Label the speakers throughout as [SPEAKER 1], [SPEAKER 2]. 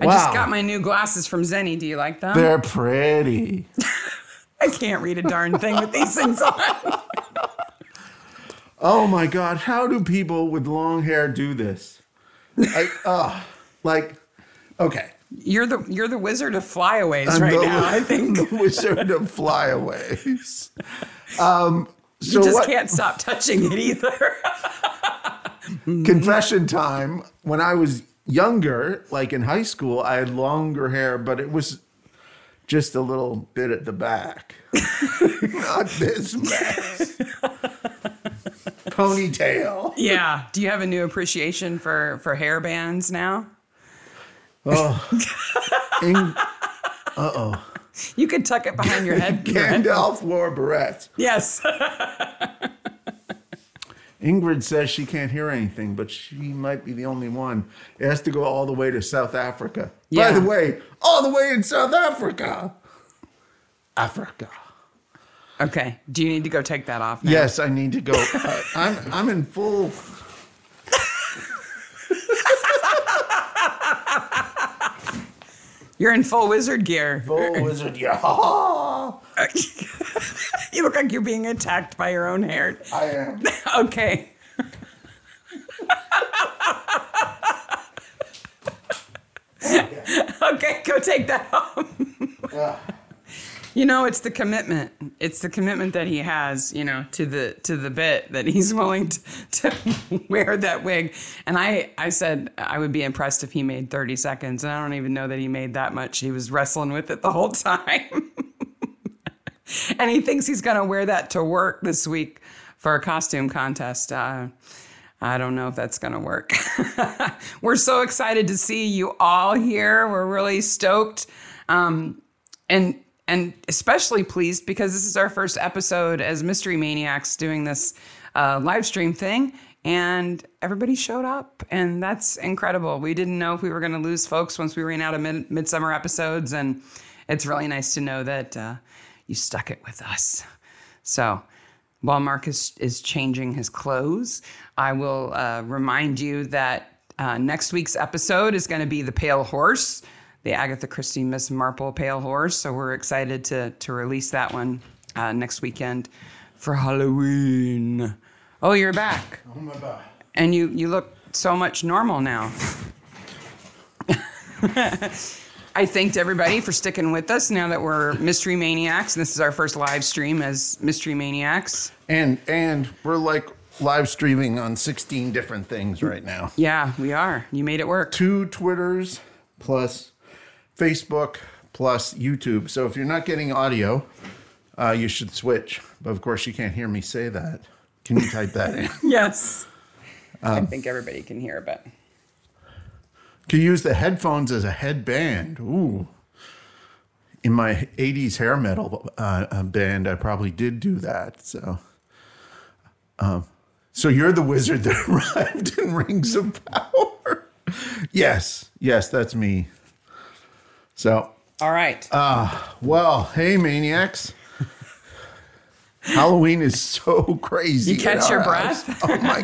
[SPEAKER 1] I just got my new glasses from Zenny. Do you like them?
[SPEAKER 2] They're pretty.
[SPEAKER 1] I can't read a darn thing with these things on.
[SPEAKER 2] Oh my god, how do people with long hair do this? I, uh, like, okay,
[SPEAKER 1] You're the you're the wizard of flyaways
[SPEAKER 2] I'm
[SPEAKER 1] right
[SPEAKER 2] the-
[SPEAKER 1] now. I think
[SPEAKER 2] the wizard of flyaways. Um, so
[SPEAKER 1] you just
[SPEAKER 2] what?
[SPEAKER 1] can't stop touching it either.
[SPEAKER 2] Confession time. When I was younger, like in high school, I had longer hair, but it was just a little bit at the back, not this mess. Ponytail.
[SPEAKER 1] yeah. Do you have a new appreciation for for hair bands now?
[SPEAKER 2] In-
[SPEAKER 1] You could tuck it behind your head. your head-
[SPEAKER 2] Gandalf wore barrettes.
[SPEAKER 1] Yes.
[SPEAKER 2] Ingrid says she can't hear anything, but she might be the only one. It has to go all the way to South Africa.
[SPEAKER 1] Yeah.
[SPEAKER 2] By the way, all the way in South Africa. Africa.
[SPEAKER 1] Okay. Do you need to go take that off now?
[SPEAKER 2] Yes, I need to go. Uh, I'm I'm in full.
[SPEAKER 1] You're in full wizard gear.
[SPEAKER 2] Oh, wizard, yeah,
[SPEAKER 1] you look like you're being attacked by your own hair.
[SPEAKER 2] I am.
[SPEAKER 1] Okay. okay, go take that off. you know, it's the commitment. It's the commitment that he has, you know, to the to the bit that he's willing to, to wear that wig. And I I said I would be impressed if he made 30 seconds, and I don't even know that he made that much. He was wrestling with it the whole time. and he thinks he's going to wear that to work this week for a costume contest. Uh, I don't know if that's going to work. We're so excited to see you all here. We're really stoked. Um, and and especially pleased because this is our first episode as mystery maniacs doing this uh, live stream thing and everybody showed up and that's incredible we didn't know if we were going to lose folks once we ran out of mid- midsummer episodes and it's really nice to know that uh, you stuck it with us so while Marcus is changing his clothes, I will uh, remind you that uh, next week's episode is going to be The Pale Horse, the Agatha Christie Miss Marple Pale Horse. So we're excited to, to release that one uh, next weekend for Halloween. Oh, you're back.
[SPEAKER 2] Oh my god.
[SPEAKER 1] And you, you look so much normal now. I thanked everybody for sticking with us now that we're Mystery Maniacs. And this is our first live stream as Mystery Maniacs.
[SPEAKER 2] And and we're like live streaming on 16 different things right now.
[SPEAKER 1] Yeah, we are. You made it work.
[SPEAKER 2] two Twitters plus Facebook plus YouTube. So if you're not getting audio, uh, you should switch. But of course, you can't hear me say that. Can you type that in?
[SPEAKER 1] Yes.
[SPEAKER 2] Um,
[SPEAKER 1] I think everybody can hear it, but
[SPEAKER 2] Can use the headphones as a headband. Ooh. In my 80s hair metal uh, uh, band, I probably did do that. So. Um, so you're the wizard that arrived in Rings of Power. Yes, yes, that's me. So
[SPEAKER 1] all right.
[SPEAKER 2] Uh, Well, hey, maniacs. Halloween is so crazy.
[SPEAKER 1] You catch
[SPEAKER 2] in
[SPEAKER 1] your
[SPEAKER 2] our
[SPEAKER 1] breath?
[SPEAKER 2] house. Oh my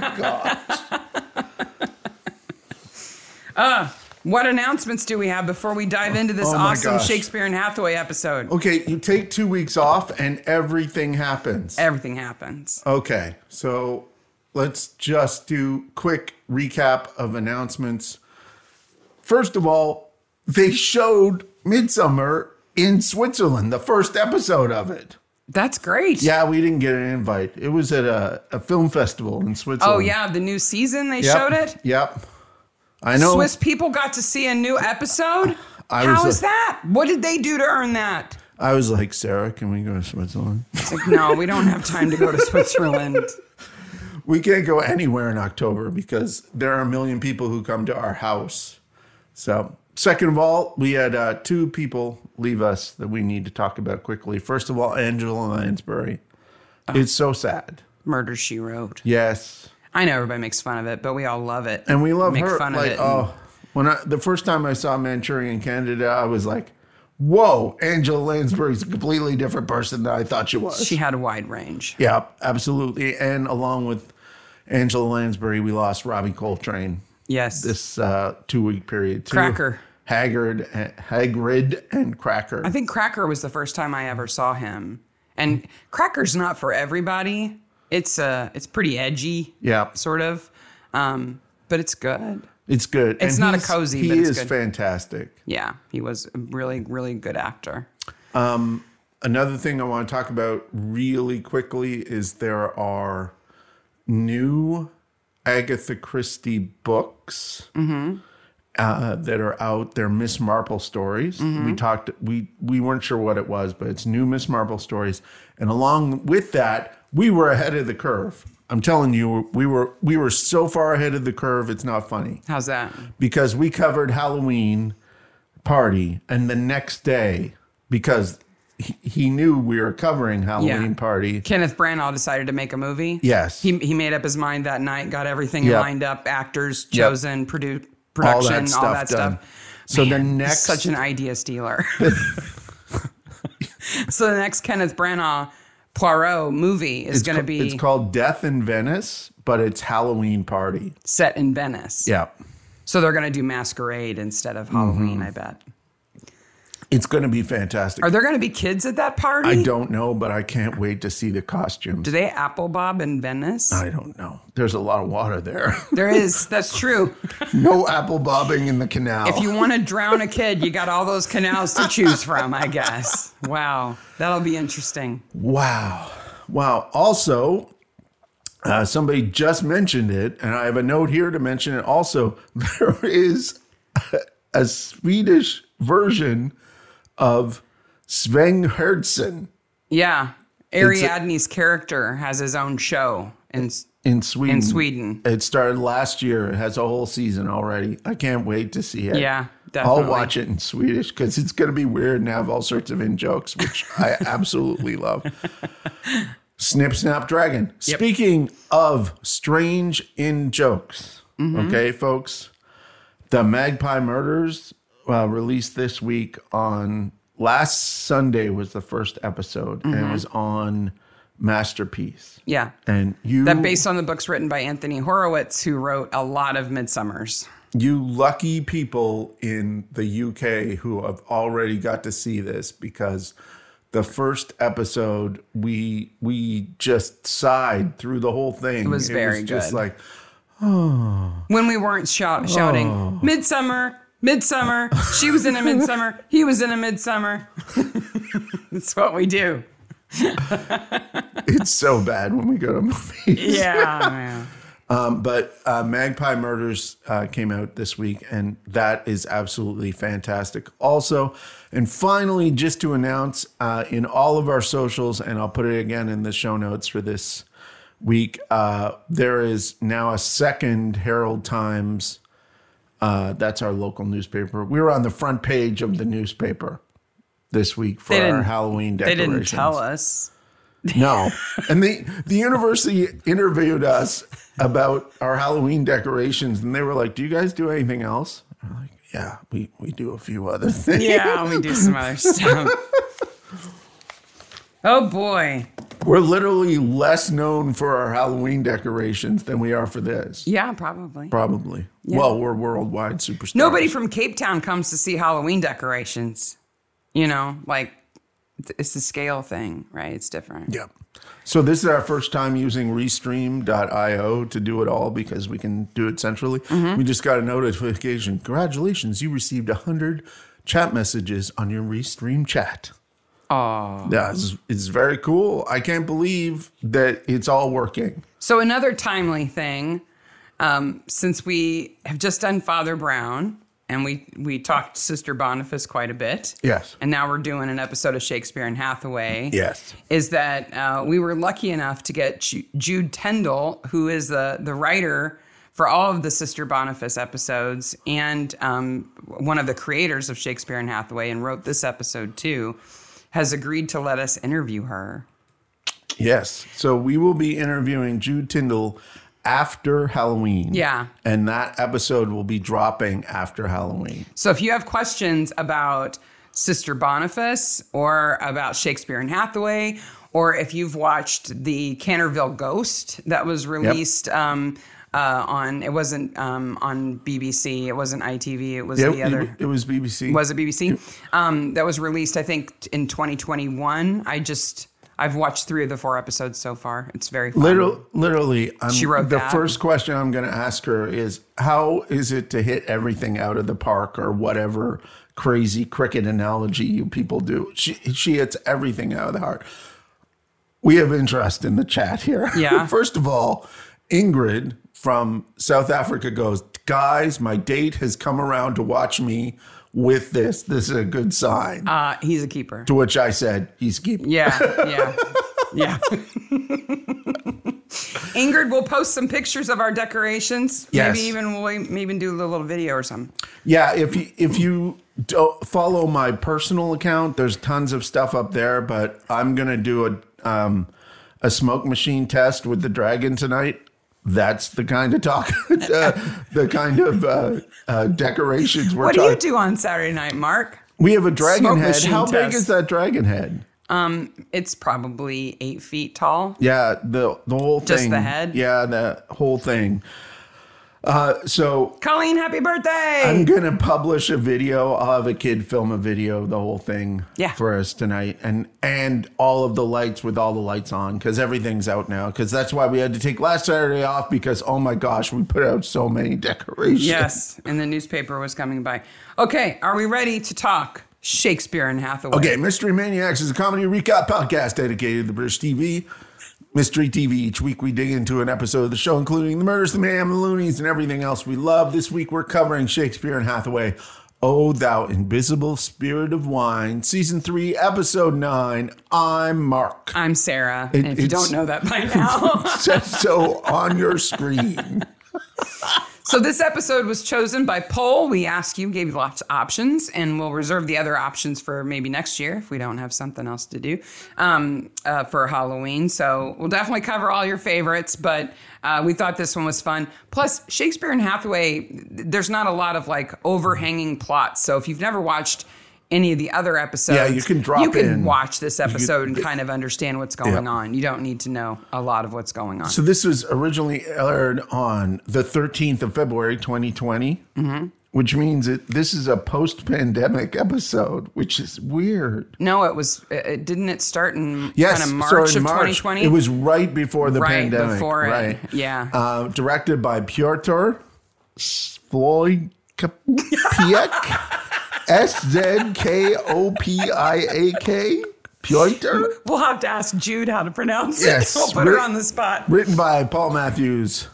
[SPEAKER 2] god.
[SPEAKER 1] what announcements do we have before we dive into this
[SPEAKER 2] Oh my
[SPEAKER 1] awesome
[SPEAKER 2] gosh.
[SPEAKER 1] Shakespeare and Hathaway episode?
[SPEAKER 2] Okay, you take 2 weeks off and everything happens.
[SPEAKER 1] Everything happens.
[SPEAKER 2] Okay. So, let's just do quick recap of announcements. First of all, they showed Midsummer in Switzerland, the first episode of it.
[SPEAKER 1] That's great.
[SPEAKER 2] Yeah, we didn't get an invite. It was at a, a film festival in Switzerland.
[SPEAKER 1] Oh yeah, the new season they
[SPEAKER 2] Yep,
[SPEAKER 1] showed it.
[SPEAKER 2] Yep. I know.
[SPEAKER 1] Swiss people got to see a new episode.
[SPEAKER 2] I
[SPEAKER 1] How
[SPEAKER 2] was a-
[SPEAKER 1] is that? What did they do to earn that?
[SPEAKER 2] I was like, Sarah, can we go to Switzerland?
[SPEAKER 1] It's like, no, we don't have time to go to Switzerland.
[SPEAKER 2] we can't go anywhere in October because there are a million people who come to our house. So, second of all, we had uh, two people leave us that we need to talk about quickly. First of all, Angela Lansbury.
[SPEAKER 1] Oh.
[SPEAKER 2] It's so sad.
[SPEAKER 1] Murder She Wrote.
[SPEAKER 2] Yes.
[SPEAKER 1] I know everybody makes fun of it, but we all love it.
[SPEAKER 2] and we love
[SPEAKER 1] make
[SPEAKER 2] her.
[SPEAKER 1] fun
[SPEAKER 2] like,
[SPEAKER 1] of it. and-
[SPEAKER 2] oh, when I the first time I saw Manchurian Candidate, I was like, "Whoa, Angela Lansbury's a completely different person than I thought she was."
[SPEAKER 1] she had a wide range.
[SPEAKER 2] yeah, absolutely. And along with Angela Lansbury, we lost Robbie Coltrane
[SPEAKER 1] Yes.
[SPEAKER 2] this uh, two week period. Too.
[SPEAKER 1] Cracker.
[SPEAKER 2] Haggard, Hagrid, and Cracker.
[SPEAKER 1] I think Cracker was the first time I ever saw him, and Cracker's not for everybody. It's uh, it's pretty edgy,
[SPEAKER 2] Yeah.
[SPEAKER 1] sort of, um, but it's good.
[SPEAKER 2] It's good.
[SPEAKER 1] It's not a
[SPEAKER 2] he's-
[SPEAKER 1] cozy,
[SPEAKER 2] He
[SPEAKER 1] but it's
[SPEAKER 2] is
[SPEAKER 1] good.
[SPEAKER 2] fantastic.
[SPEAKER 1] Yeah, he was a really, really good actor.
[SPEAKER 2] Another thing I want to talk about really quickly is there are new Agatha Christie books uh, that are out. They're Miss Marple stories. We talked. We we weren't sure what it was, but it's new Miss Marple stories. And along with that, we were ahead of the curve. I'm telling you, we were we were so far ahead of the curve. It's not funny
[SPEAKER 1] How's that?
[SPEAKER 2] because we covered Halloween party and the next day because he, he knew we were covering Halloween party.
[SPEAKER 1] Kenneth Branagh decided to make a movie.
[SPEAKER 2] Yes.
[SPEAKER 1] He, he made up his mind that night, got everything
[SPEAKER 2] Yep.
[SPEAKER 1] lined up, actors
[SPEAKER 2] Yep.
[SPEAKER 1] chosen, produ-
[SPEAKER 2] all
[SPEAKER 1] production,
[SPEAKER 2] that stuff done. So the
[SPEAKER 1] He's
[SPEAKER 2] next
[SPEAKER 1] such an idea stealer. so the next Kenneth Branagh Poirot movie is
[SPEAKER 2] it's
[SPEAKER 1] going to
[SPEAKER 2] ca-
[SPEAKER 1] be
[SPEAKER 2] it's called Death in Venice, but it's Halloween party.
[SPEAKER 1] set in Venice.
[SPEAKER 2] Yeah.
[SPEAKER 1] So they're going to do Masquerade instead of Halloween,
[SPEAKER 2] Mm-hmm.
[SPEAKER 1] I bet.
[SPEAKER 2] It's going to be fantastic.
[SPEAKER 1] Are there going to be kids at that party?
[SPEAKER 2] I don't know, but I can't wait to see the costumes.
[SPEAKER 1] Do they apple bob in Venice?
[SPEAKER 2] I don't know. There's a lot of water there.
[SPEAKER 1] there is. That's true.
[SPEAKER 2] no apple bobbing in the canal.
[SPEAKER 1] If you want to drown a kid, you got all those canals to choose from, I guess. Wow. That'll be interesting.
[SPEAKER 2] Wow. Wow. Also, uh, somebody just mentioned it, and I have a note here to mention it also. There is a, a Swedish version of Sven Herdsen
[SPEAKER 1] Yeah. Ariadne's character has his own show. And
[SPEAKER 2] in Sweden.
[SPEAKER 1] In Sweden.
[SPEAKER 2] It started last year. It has a whole season already. I can't wait to see it.
[SPEAKER 1] Yeah, definitely.
[SPEAKER 2] I'll watch it in Swedish because it's going to be weird and have all sorts of in jokes, which I absolutely love. Snip, snap, dragon. Speaking of strange in jokes,
[SPEAKER 1] Mm-hmm.
[SPEAKER 2] okay, folks, the Magpie Murders uh, released this week on last Sunday was the first episode, and
[SPEAKER 1] Mm-hmm.
[SPEAKER 2] it was on Masterpiece.
[SPEAKER 1] yeah.
[SPEAKER 2] And you
[SPEAKER 1] That based on the books written by Anthony Horowitz, who wrote a lot of Midsummers.
[SPEAKER 2] you lucky people in the UK who have already got to see this because the first episode we we just sighed through the whole thing. It
[SPEAKER 1] was very
[SPEAKER 2] Just
[SPEAKER 1] good.
[SPEAKER 2] like
[SPEAKER 1] When we weren't shout, shouting, Midsummer, Midsummer, she was in a Midsummer, he was in a Midsummer. That's what we do.
[SPEAKER 2] it's so bad when we go to movies.
[SPEAKER 1] Yeah.
[SPEAKER 2] Um, but uh, Magpie Murders uh, came out this week, and that is absolutely fantastic. Also, and finally, just to announce uh, in all of our socials, and I'll put it again in the show notes for this week, uh, there is now a second Herald Times. Uh, that's our local newspaper. We were on the front page of the newspaper this week for
[SPEAKER 1] They
[SPEAKER 2] our
[SPEAKER 1] didn't-
[SPEAKER 2] Halloween
[SPEAKER 1] they
[SPEAKER 2] decorations.
[SPEAKER 1] didn't tell us.
[SPEAKER 2] No. And the the university interviewed us about our Halloween decorations and they were like, "Do you guys do anything else?" And We're like, "Yeah, we we do a few other things."
[SPEAKER 1] Yeah, we do some other stuff. Oh boy.
[SPEAKER 2] We're literally less known for our Halloween decorations than we are for this.
[SPEAKER 1] Yeah, probably.
[SPEAKER 2] Probably. Well, we're worldwide superstars.
[SPEAKER 1] Nobody from Cape Town comes to see Halloween decorations. You know, like th- it's the scale thing, right? It's different.
[SPEAKER 2] Yeah. So this is our first time using Restream.io to do it all because we can do it centrally.
[SPEAKER 1] Mm-hmm.
[SPEAKER 2] We just got a notification. Congratulations, you received 100 chat messages on your Restream chat.
[SPEAKER 1] Oh.
[SPEAKER 2] Yeah, it's, it's very cool. I can't believe that it's all working.
[SPEAKER 1] So another timely thing, um, since we have just done Father Brown and we we talked Sister Boniface quite a bit.
[SPEAKER 2] Yes.
[SPEAKER 1] And now we're doing an episode of Shakespeare and Hathaway.
[SPEAKER 2] Yes.
[SPEAKER 1] is that uh, we were lucky enough to get Ju- Jude Tendall, who is the the writer for all of the Sister Boniface episodes and um, one of the creators of Shakespeare and Hathaway, and wrote this episode too, has agreed to let us interview her.
[SPEAKER 2] Yes. So we will be interviewing Jude Tyndall after Halloween.
[SPEAKER 1] Yeah.
[SPEAKER 2] And that episode will be dropping after Halloween.
[SPEAKER 1] So if you have questions about Sister Boniface or about Shakespeare and Hathaway, or if you've watched the Canterville Ghost that was released um, uh, on it wasn't um, on BBC, it wasn't ITV, it was
[SPEAKER 2] Yeah,
[SPEAKER 1] the other.
[SPEAKER 2] it, it was BBC.
[SPEAKER 1] was it BBC? Um, that was released, I think, in 2021. I just I've watched three of the four episodes so far. It's very fun.
[SPEAKER 2] Literally, literally I'm,
[SPEAKER 1] Um, She wrote
[SPEAKER 2] the
[SPEAKER 1] that.
[SPEAKER 2] first question I'm going to ask her is how is it to hit everything out of the park or whatever crazy cricket analogy you people do? She, she hits everything out of the heart. We have interest in the chat here.
[SPEAKER 1] Yeah.
[SPEAKER 2] first of all, Ingrid from South Africa goes, Guys, my date has come around to watch me with this. This is a good sign.
[SPEAKER 1] Uh, he's a keeper.
[SPEAKER 2] to which I said, He's keeping.
[SPEAKER 1] Yeah, yeah, yeah. Ingrid will post some pictures of our decorations.
[SPEAKER 2] Yes.
[SPEAKER 1] Maybe even we'll maybe even do a little video or something.
[SPEAKER 2] Yeah, if you if you don't follow my personal account, there's tons of stuff up there. But I'm gonna do a um, a smoke machine test with the dragon tonight. That's the kind of talk, uh, the kind of uh, uh, decorations we're
[SPEAKER 1] What do
[SPEAKER 2] talking.
[SPEAKER 1] you do on Saturday night, Mark?
[SPEAKER 2] We have a dragon
[SPEAKER 1] Smoke
[SPEAKER 2] head.
[SPEAKER 1] machine
[SPEAKER 2] How big
[SPEAKER 1] test.
[SPEAKER 2] is that dragon head?
[SPEAKER 1] It's probably eight feet tall.
[SPEAKER 2] Yeah, the the whole
[SPEAKER 1] Just
[SPEAKER 2] thing.
[SPEAKER 1] the head?
[SPEAKER 2] Yeah, the whole thing. Uh, so
[SPEAKER 1] Colleen, happy birthday!
[SPEAKER 2] I'm gonna publish a video. I'll have a kid film a video, the whole thing,
[SPEAKER 1] Yeah.
[SPEAKER 2] for us tonight, and and all of the lights with all the lights on because everything's out now. Because that's why we had to take last Saturday off because oh my gosh, we put out so many decorations.
[SPEAKER 1] yes, and the newspaper was coming by. Okay, are we ready to talk Shakespeare and Hathaway?
[SPEAKER 2] Okay, Mystery Maniacs is a comedy recap podcast dedicated to British TV. Mystery TV. Each week we dig into an episode of the show, including the murders, the mayhem, the loonies, and everything else we love. This week we're covering Shakespeare and Hathaway. Oh, thou invisible spirit of wine, season three, episode nine. I'm Mark.
[SPEAKER 1] I'm Sarah, and if you
[SPEAKER 2] it's-
[SPEAKER 1] don't know that by now.
[SPEAKER 2] Says so on your screen.
[SPEAKER 1] So this episode was chosen by poll. We asked you, gave you lots of options, and we'll reserve the other options for maybe next year if we don't have something else to do um, uh, for Halloween. So we'll definitely cover all your favorites, but uh, we thought this one was fun. Plus, Shakespeare and Hathaway, th- there's not a lot of like overhanging plots. So if you've never watched any of the other episodes,
[SPEAKER 2] Yeah, you can drop
[SPEAKER 1] you can
[SPEAKER 2] in.
[SPEAKER 1] watch this episode and kind of understand what's going on. You don't need to know a lot of what's going on.
[SPEAKER 2] So this was originally aired on the 13th of February, 2020,
[SPEAKER 1] Mm-hmm.
[SPEAKER 2] which means that this is a post-pandemic episode, which is weird.
[SPEAKER 1] No, it was. It, it- didn't it start in
[SPEAKER 2] Yes,
[SPEAKER 1] kind of March
[SPEAKER 2] so in
[SPEAKER 1] of
[SPEAKER 2] March,
[SPEAKER 1] 2020?
[SPEAKER 2] It was right before the
[SPEAKER 1] Right
[SPEAKER 2] pandemic.
[SPEAKER 1] before it,
[SPEAKER 2] right?
[SPEAKER 1] yeah.
[SPEAKER 2] Uh, directed by Piotr Slojkopiak, S Z K O P I A K. Piotr.
[SPEAKER 1] We'll have to ask Jude how to pronounce
[SPEAKER 2] Yes,
[SPEAKER 1] it. We'll put
[SPEAKER 2] we're-
[SPEAKER 1] her on the spot.
[SPEAKER 2] written by Paul Matthews,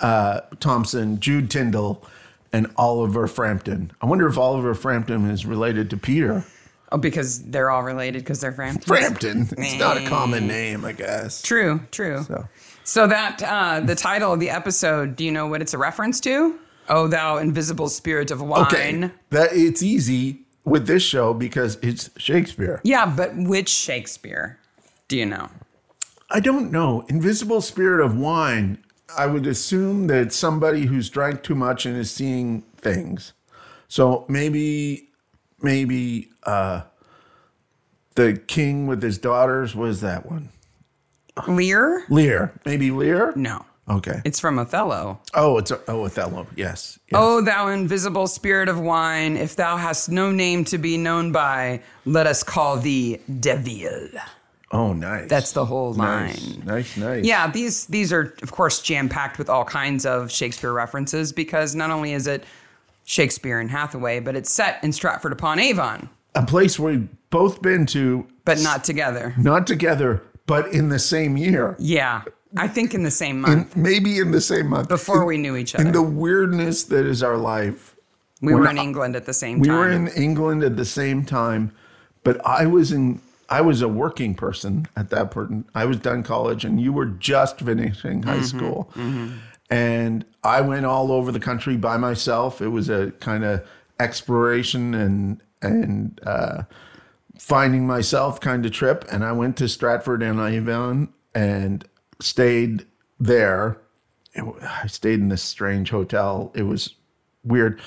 [SPEAKER 2] uh, Thompson, Jude Tyndall, and Oliver Frampton. I wonder if Oliver Frampton is related to Peter
[SPEAKER 1] Oh, because they're all related because they're Framptons.
[SPEAKER 2] Frampton. It's not a common name, I guess.
[SPEAKER 1] True, true. So,
[SPEAKER 2] So,
[SPEAKER 1] that uh, the title of the episode. Do you know what it's a reference to? Oh, thou invisible spirit of wine.
[SPEAKER 2] okay, that it's easy with this show because it's Shakespeare.
[SPEAKER 1] Yeah, but which Shakespeare? Do you know?
[SPEAKER 2] I don't know. Invisible spirit of wine. I would assume that it's somebody who's drank too much and is seeing things. So maybe, maybe uh, the king with his daughters was that one.
[SPEAKER 1] Lear?
[SPEAKER 2] Lear. Maybe Lear.
[SPEAKER 1] No,
[SPEAKER 2] Okay.
[SPEAKER 1] it's Oh, from Othello.
[SPEAKER 2] oh, it's oh Othello. Yes. yes.
[SPEAKER 1] O thou invisible spirit of wine, if thou hast no name to be known by, let us call thee Devil.
[SPEAKER 2] Oh, nice.
[SPEAKER 1] That's the whole line.
[SPEAKER 2] nice. Nice. Nice.
[SPEAKER 1] Yeah, these these are of course jam packed with all kinds of Shakespeare references because not only is it Shakespeare and Hathaway, but it's set in Stratford upon Avon,
[SPEAKER 2] A place we've both been to,
[SPEAKER 1] but not together.
[SPEAKER 2] not together, but in the same year,
[SPEAKER 1] Yeah, I think in the same month
[SPEAKER 2] maybe in the same month.
[SPEAKER 1] before we knew each
[SPEAKER 2] in
[SPEAKER 1] other.
[SPEAKER 2] the weirdness that is our life.
[SPEAKER 1] we
[SPEAKER 2] we're
[SPEAKER 1] were in
[SPEAKER 2] not-
[SPEAKER 1] England at the same
[SPEAKER 2] We
[SPEAKER 1] time.
[SPEAKER 2] were in England at the same time, but I was in I was a working person at that point. I was done college and you were just finishing high school. And I went all over the country by myself. It was a kind of exploration and and uh, finding myself kind of trip. And I went to Stratford and Avon and stayed there. It wa- I stayed in this strange hotel. It was weird.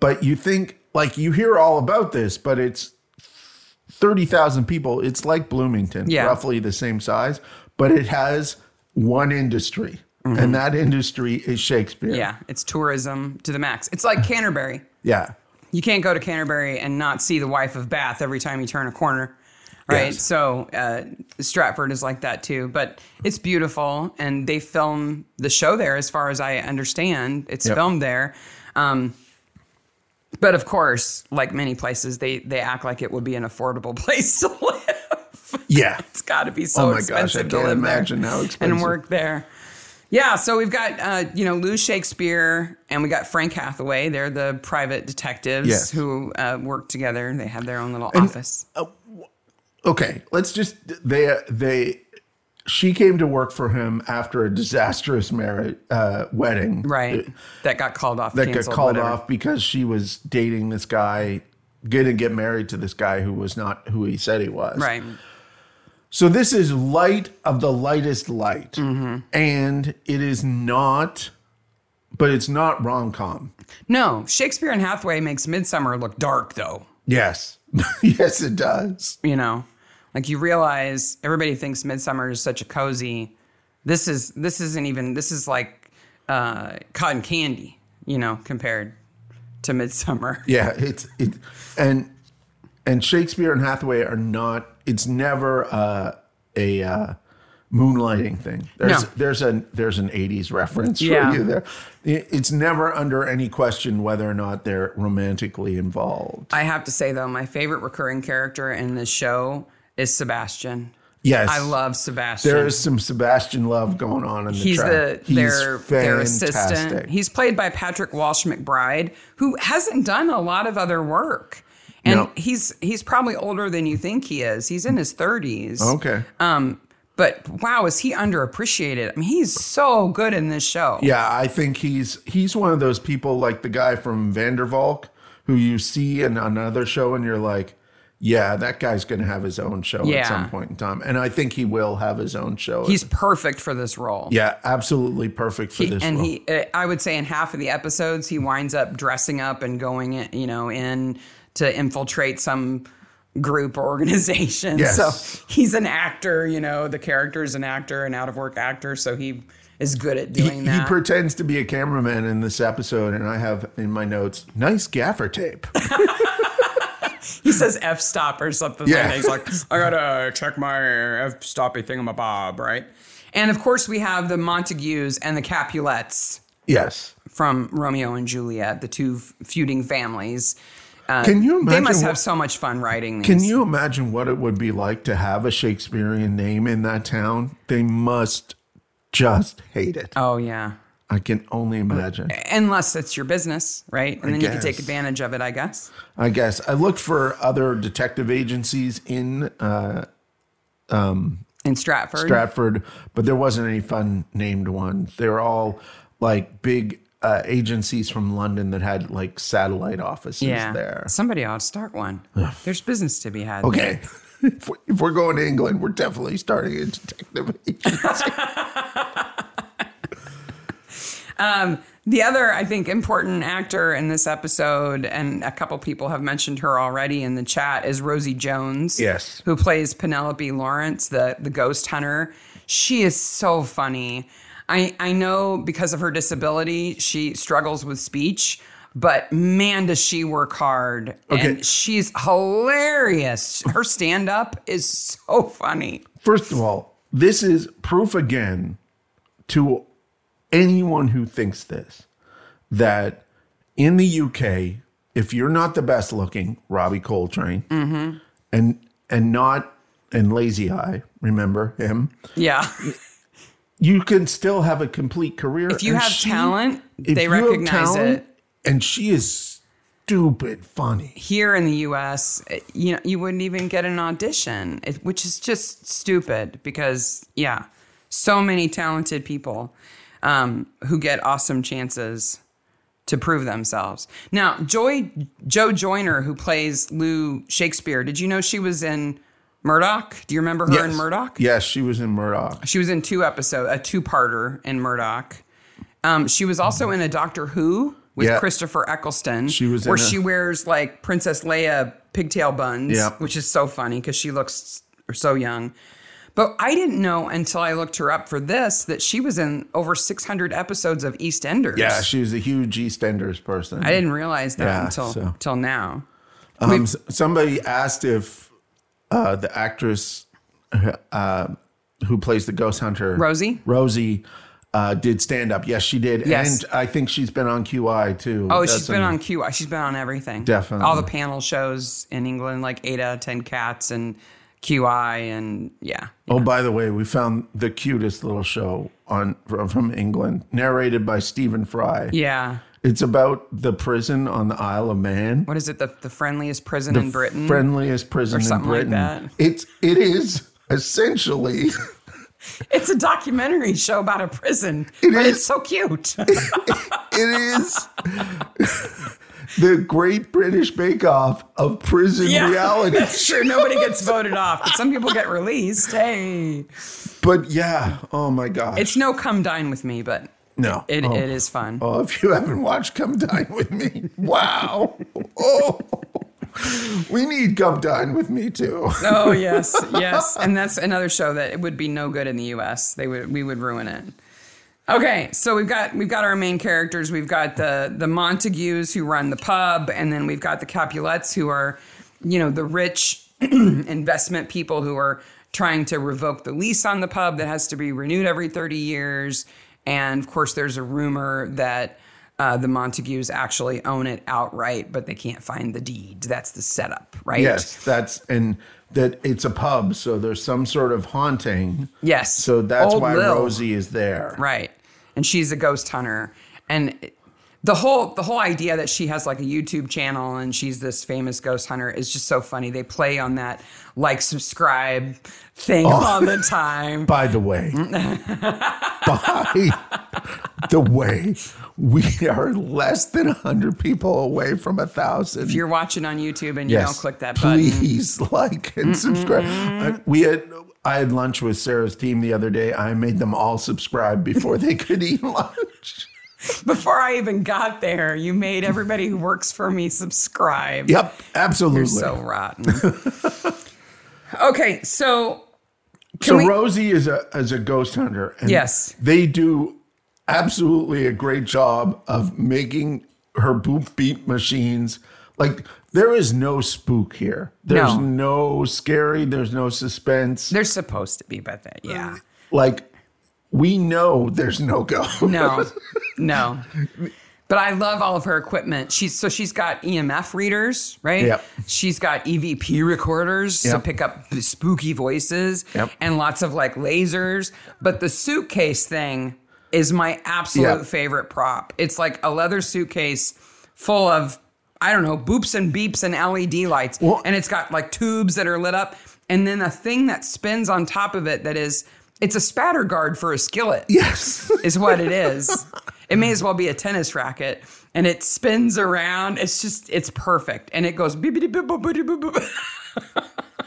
[SPEAKER 2] But you think, like, you hear all about this, but it's 30,000 people. It's like Bloomington,
[SPEAKER 1] Yeah.
[SPEAKER 2] roughly the same size, but it has one industry. and that industry is Shakespeare.
[SPEAKER 1] Mm-hmm. Yeah, it's tourism to the max. It's like Canterbury.
[SPEAKER 2] Yeah.
[SPEAKER 1] You can't go to Canterbury and not see the wife of Bath every time you turn a corner. Right.
[SPEAKER 2] Yes.
[SPEAKER 1] So uh, Stratford is like that too, but it's beautiful. And they film the show there, as far as I understand. It's
[SPEAKER 2] Yep.
[SPEAKER 1] filmed there. Um, but of course, like many places, they, they act like it would be an affordable place to live.
[SPEAKER 2] Yeah.
[SPEAKER 1] It's got to be so
[SPEAKER 2] Oh my gosh, I
[SPEAKER 1] expensive to
[SPEAKER 2] can't
[SPEAKER 1] live there
[SPEAKER 2] imagine how
[SPEAKER 1] and
[SPEAKER 2] expensive.
[SPEAKER 1] work there. Yeah, so we've got uh, you know Lou Shakespeare and we got Frank Hathaway. They're the private detectives
[SPEAKER 2] Yes. uh,
[SPEAKER 1] who uh, work together. They have their own little office.
[SPEAKER 2] Okay. Let's just they they she came to work for him after a disastrous marriage uh, wedding.
[SPEAKER 1] Right. That got called off.
[SPEAKER 2] that
[SPEAKER 1] canceled,
[SPEAKER 2] got called
[SPEAKER 1] whatever.
[SPEAKER 2] off because she was dating this guy, gonna get married to this guy who was not who he said he was.
[SPEAKER 1] Right.
[SPEAKER 2] So this is light of the lightest light,
[SPEAKER 1] Mm-hmm.
[SPEAKER 2] and it is not, but it's not rom com.
[SPEAKER 1] No, Shakespeare and Hathaway makes Midsummer look dark though.
[SPEAKER 2] Yes, yes, it does.
[SPEAKER 1] You know, like you realize everybody thinks Midsummer is such a cozy. This is this isn't even this is like uh, cotton candy. You know, compared to Midsummer.
[SPEAKER 2] Yeah, it's it, and and Shakespeare and Hathaway are not. It's never uh, a uh, moonlighting thing. There's
[SPEAKER 1] No.
[SPEAKER 2] there's an there's an '80s reference
[SPEAKER 1] Yeah.
[SPEAKER 2] for you there. It- it's never under any question whether or not they're romantically involved.
[SPEAKER 1] I have to say though, my favorite recurring character in this show is Sebastian.
[SPEAKER 2] Yes,
[SPEAKER 1] I love Sebastian.
[SPEAKER 2] There is some Sebastian Love going on in the
[SPEAKER 1] he's
[SPEAKER 2] track.
[SPEAKER 1] the
[SPEAKER 2] He's
[SPEAKER 1] their their assistant.
[SPEAKER 2] fantastic.
[SPEAKER 1] He's played by Patrick Walsh McBride, who hasn't done a lot of other work. And
[SPEAKER 2] No.
[SPEAKER 1] he's he's probably older than you think he is. He's in his 30s.
[SPEAKER 2] Okay.
[SPEAKER 1] But wow, is he underappreciated? I mean, he's so good in this show.
[SPEAKER 2] yeah, I think he's he's one of those people like the guy from Vandervalk who you see in another show and you're like, yeah, that guy's going to have his own show
[SPEAKER 1] Yeah.
[SPEAKER 2] at some point in time, and I think he will have his own show.
[SPEAKER 1] He's perfect for this role.
[SPEAKER 2] yeah, absolutely perfect for
[SPEAKER 1] He-
[SPEAKER 2] this.
[SPEAKER 1] and
[SPEAKER 2] role.
[SPEAKER 1] he uh, i would say in half of the episodes he winds up dressing up and going in- you know in to infiltrate some group or organization
[SPEAKER 2] Yes.
[SPEAKER 1] so he's an actor you know the character is an actor an out of work actor so he is good at
[SPEAKER 2] He-
[SPEAKER 1] doing
[SPEAKER 2] he,
[SPEAKER 1] that
[SPEAKER 2] pretends to be a cameraman in this episode, and I have in my notes, nice gaffer tape.
[SPEAKER 1] he says f stop or something
[SPEAKER 2] Yeah.
[SPEAKER 1] like that he's like i gotta check my f stoppy thingamabob right and of course we have the montagues and the capulets
[SPEAKER 2] yes.
[SPEAKER 1] from romeo and juliet the two f- feuding families Uh,
[SPEAKER 2] Can you
[SPEAKER 1] they
[SPEAKER 2] imagine
[SPEAKER 1] must
[SPEAKER 2] what-
[SPEAKER 1] have so much fun writing these.
[SPEAKER 2] Can you imagine what it would be like to have a Shakespearean name in that town? They must just hate it.
[SPEAKER 1] Oh yeah.
[SPEAKER 2] I can only imagine.
[SPEAKER 1] Unless it's your business, right? And then you can take
[SPEAKER 2] guess.
[SPEAKER 1] advantage of it, I guess.
[SPEAKER 2] I guess I looked for other detective agencies in uh,
[SPEAKER 1] In Stratford.
[SPEAKER 2] Stratford, but there wasn't any fun named one. They were all like big uh, agencies from London that had like satellite offices
[SPEAKER 1] yeah.
[SPEAKER 2] there.
[SPEAKER 1] Somebody ought to start one. There's business to be had.
[SPEAKER 2] Okay. If we- if we're going to England, we're definitely starting a detective agency.
[SPEAKER 1] The other, I think, important actor in this episode, and a couple people have mentioned her already in the chat, is Rosie Jones.
[SPEAKER 2] Yes.
[SPEAKER 1] Who plays Penelope Lawrence, the, the ghost hunter. She is so funny. I, I know because of her disability, she struggles with speech, but man, does she work hard.
[SPEAKER 2] Okay.
[SPEAKER 1] And she's hilarious. Her stand up is so funny.
[SPEAKER 2] First of all, this is proof again to anyone who thinks this that in the UK, if you're not the best looking Robbie Coltrane
[SPEAKER 1] Mm-hmm.
[SPEAKER 2] and and not and Lazy Eye, remember him,
[SPEAKER 1] Yeah.
[SPEAKER 2] you can still have a complete career. If
[SPEAKER 1] you have talent, they recognize it.
[SPEAKER 2] And she is stupid funny.
[SPEAKER 1] here in the U.S., eh, you know, you wouldn't even get an audition, it- which is just stupid because yeah, so many talented people um, who get awesome chances to prove themselves. Now, Joy Joe Joyner, who plays Lou Shakespeare, did you know she was in Murdoch? Do you remember her in Murdoch?
[SPEAKER 2] Yes, she was in Murdoch.
[SPEAKER 1] She was in two episode, a two parter in Murdoch. Um, she was also in a Doctor Who with
[SPEAKER 2] Yeah.
[SPEAKER 1] Christopher Eccleston.
[SPEAKER 2] She was
[SPEAKER 1] where
[SPEAKER 2] in a-
[SPEAKER 1] she wears like Princess Leia pigtail buns,
[SPEAKER 2] Yeah.
[SPEAKER 1] which is so funny because she looks so young. But I didn't know until I looked her up for this that she was in over 600 episodes of EastEnders.
[SPEAKER 2] Yeah, she was a huge EastEnders person.
[SPEAKER 1] I didn't realize that
[SPEAKER 2] Yeah,
[SPEAKER 1] until
[SPEAKER 2] so-
[SPEAKER 1] till now.
[SPEAKER 2] Um, s- somebody asked if uh, the actress uh, who plays the ghost hunter,
[SPEAKER 1] Rosie?
[SPEAKER 2] Rosie, uh, did stand up. Yes, she did.
[SPEAKER 1] Yes.
[SPEAKER 2] And I think she's been on QI too.
[SPEAKER 1] Oh,
[SPEAKER 2] That's
[SPEAKER 1] she's been
[SPEAKER 2] an-
[SPEAKER 1] on Q. She's been on everything.
[SPEAKER 2] Definitely.
[SPEAKER 1] All the panel shows in England, like Ada, Ten Cats, and QI, and yeah.
[SPEAKER 2] Oh, by the way, we found the cutest little show on from, from England, narrated by Stephen Fry.
[SPEAKER 1] Yeah.
[SPEAKER 2] It's about the prison on the Isle of Man.
[SPEAKER 1] What is it? The, the friendliest prison in Britain?
[SPEAKER 2] friendliest prison in
[SPEAKER 1] something like
[SPEAKER 2] Britain.
[SPEAKER 1] that.
[SPEAKER 2] It's it is essentially
[SPEAKER 1] It's a documentary show about a prison. but
[SPEAKER 2] is.
[SPEAKER 1] it's so cute.
[SPEAKER 2] it is the Great British Bake Off of prison
[SPEAKER 1] Yeah.
[SPEAKER 2] reality.
[SPEAKER 1] sure, nobody gets voted off, but some people get released. Hey.
[SPEAKER 2] But yeah, oh my god,
[SPEAKER 1] It's no come dine with me, but
[SPEAKER 2] no,
[SPEAKER 1] it,
[SPEAKER 2] oh.
[SPEAKER 1] it is fun.
[SPEAKER 2] Oh, if you haven't watched Come Dine With Me, wow. Oh, we need Come Dine With Me too.
[SPEAKER 1] Oh yes, yes, and that's another show that it would be no good in the U.S. They would we would ruin it. Okay, so we've got we've got our main characters. We've got the the Montagues who run the pub, and then we've got the Capulets who are, you know, the rich investment people who are trying to revoke the lease on the pub that has to be renewed every thirty years. And of course, there's a rumor that uh, the Montagues actually own it outright, but they can't find the deed. That's the setup, right?
[SPEAKER 2] Yes, that's and that it's a pub, so there's some sort of haunting.
[SPEAKER 1] Yes.
[SPEAKER 2] So that's
[SPEAKER 1] Old
[SPEAKER 2] why
[SPEAKER 1] Lil.
[SPEAKER 2] Rosie is there.
[SPEAKER 1] Right. And she's a ghost hunter. And the whole the whole idea that she has like a YouTube channel and she's this famous ghost hunter is just so funny. They play on that like subscribe thing
[SPEAKER 2] Oh.
[SPEAKER 1] all the time.
[SPEAKER 2] By the way, by the way, we are less than 100 people away from a thousand.
[SPEAKER 1] If you're watching on YouTube and you don't click that button.
[SPEAKER 2] please like and subscribe. I, we had I had lunch with Sarah's team the other day. I made them all subscribe before they could eat lunch.
[SPEAKER 1] Before I even got there, you made everybody who works for me subscribe.
[SPEAKER 2] Yep, absolutely.
[SPEAKER 1] So
[SPEAKER 2] So,
[SPEAKER 1] rotten. okay, so can we-
[SPEAKER 2] Rosie is a is a ghost hunter. And
[SPEAKER 1] Yes.
[SPEAKER 2] they do absolutely a great job of making her boop beep machines like. There is no spook here. There's
[SPEAKER 1] No.
[SPEAKER 2] no scary. There's no suspense.
[SPEAKER 1] they're supposed to be, but that yeah.
[SPEAKER 2] Like we know there's no ghost.
[SPEAKER 1] No, no. But I love all of her equipment. She's so she's got EMF readers, right?
[SPEAKER 2] Yep.
[SPEAKER 1] She's got EVP recorders to
[SPEAKER 2] Yep.
[SPEAKER 1] pick up the spooky voices
[SPEAKER 2] Yep.
[SPEAKER 1] and lots of like lasers. But the suitcase thing is my absolute
[SPEAKER 2] Yep.
[SPEAKER 1] favorite prop. It's like a leather suitcase full of I don't know, boops and beeps and LED lights.
[SPEAKER 2] Well-
[SPEAKER 1] and it's got like tubes that are lit up and then a thing that spins on top of it that is it's a spatter guard for a skillet
[SPEAKER 2] Yes.
[SPEAKER 1] is what it is. It may as well be a tennis racket. And it spins around. It's just, it's perfect. And it goes beepity boop boop boopity boop boop.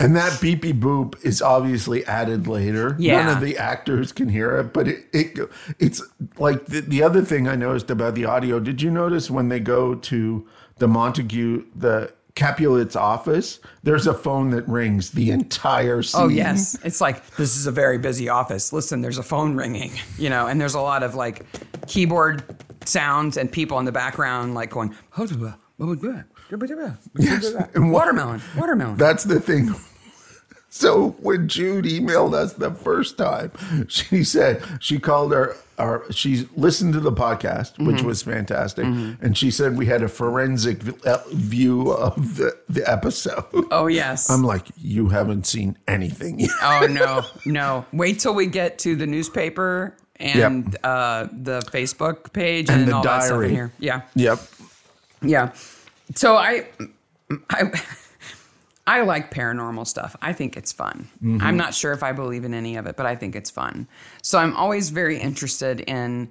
[SPEAKER 2] And that beepy boop is obviously added later.
[SPEAKER 1] Yeah.
[SPEAKER 2] None of the actors can hear it, but it, it go- it's like the, the other thing I noticed about the audio. Did you notice when they go to the Montague, the Capulet's office, there's a phone that rings the entire scene.
[SPEAKER 1] Oh, yes. It's like, this is a very busy office. Listen, there's a phone ringing, you know, and there's a lot of like keyboard sounds and people in the background like going,
[SPEAKER 2] And what-
[SPEAKER 1] watermelon, watermelon.
[SPEAKER 2] That's the thing. So when Jude emailed us the first time, she said she called her or she listened to the podcast, which was fantastic, and she said we had a forensic v- uh, view of the, the episode.
[SPEAKER 1] Oh, yes.
[SPEAKER 2] I'm like, you haven't seen anything yet.
[SPEAKER 1] oh, no, no. Wait till we get to the newspaper and uh, the Facebook page and,
[SPEAKER 2] And the
[SPEAKER 1] all that stuff in
[SPEAKER 2] diary.
[SPEAKER 1] here. Yeah.
[SPEAKER 2] Yep.
[SPEAKER 1] Yeah. So I, I, I like paranormal stuff. I think it's fun. I'm not sure if I believe in any of it, but I think it's fun. So I'm always very interested in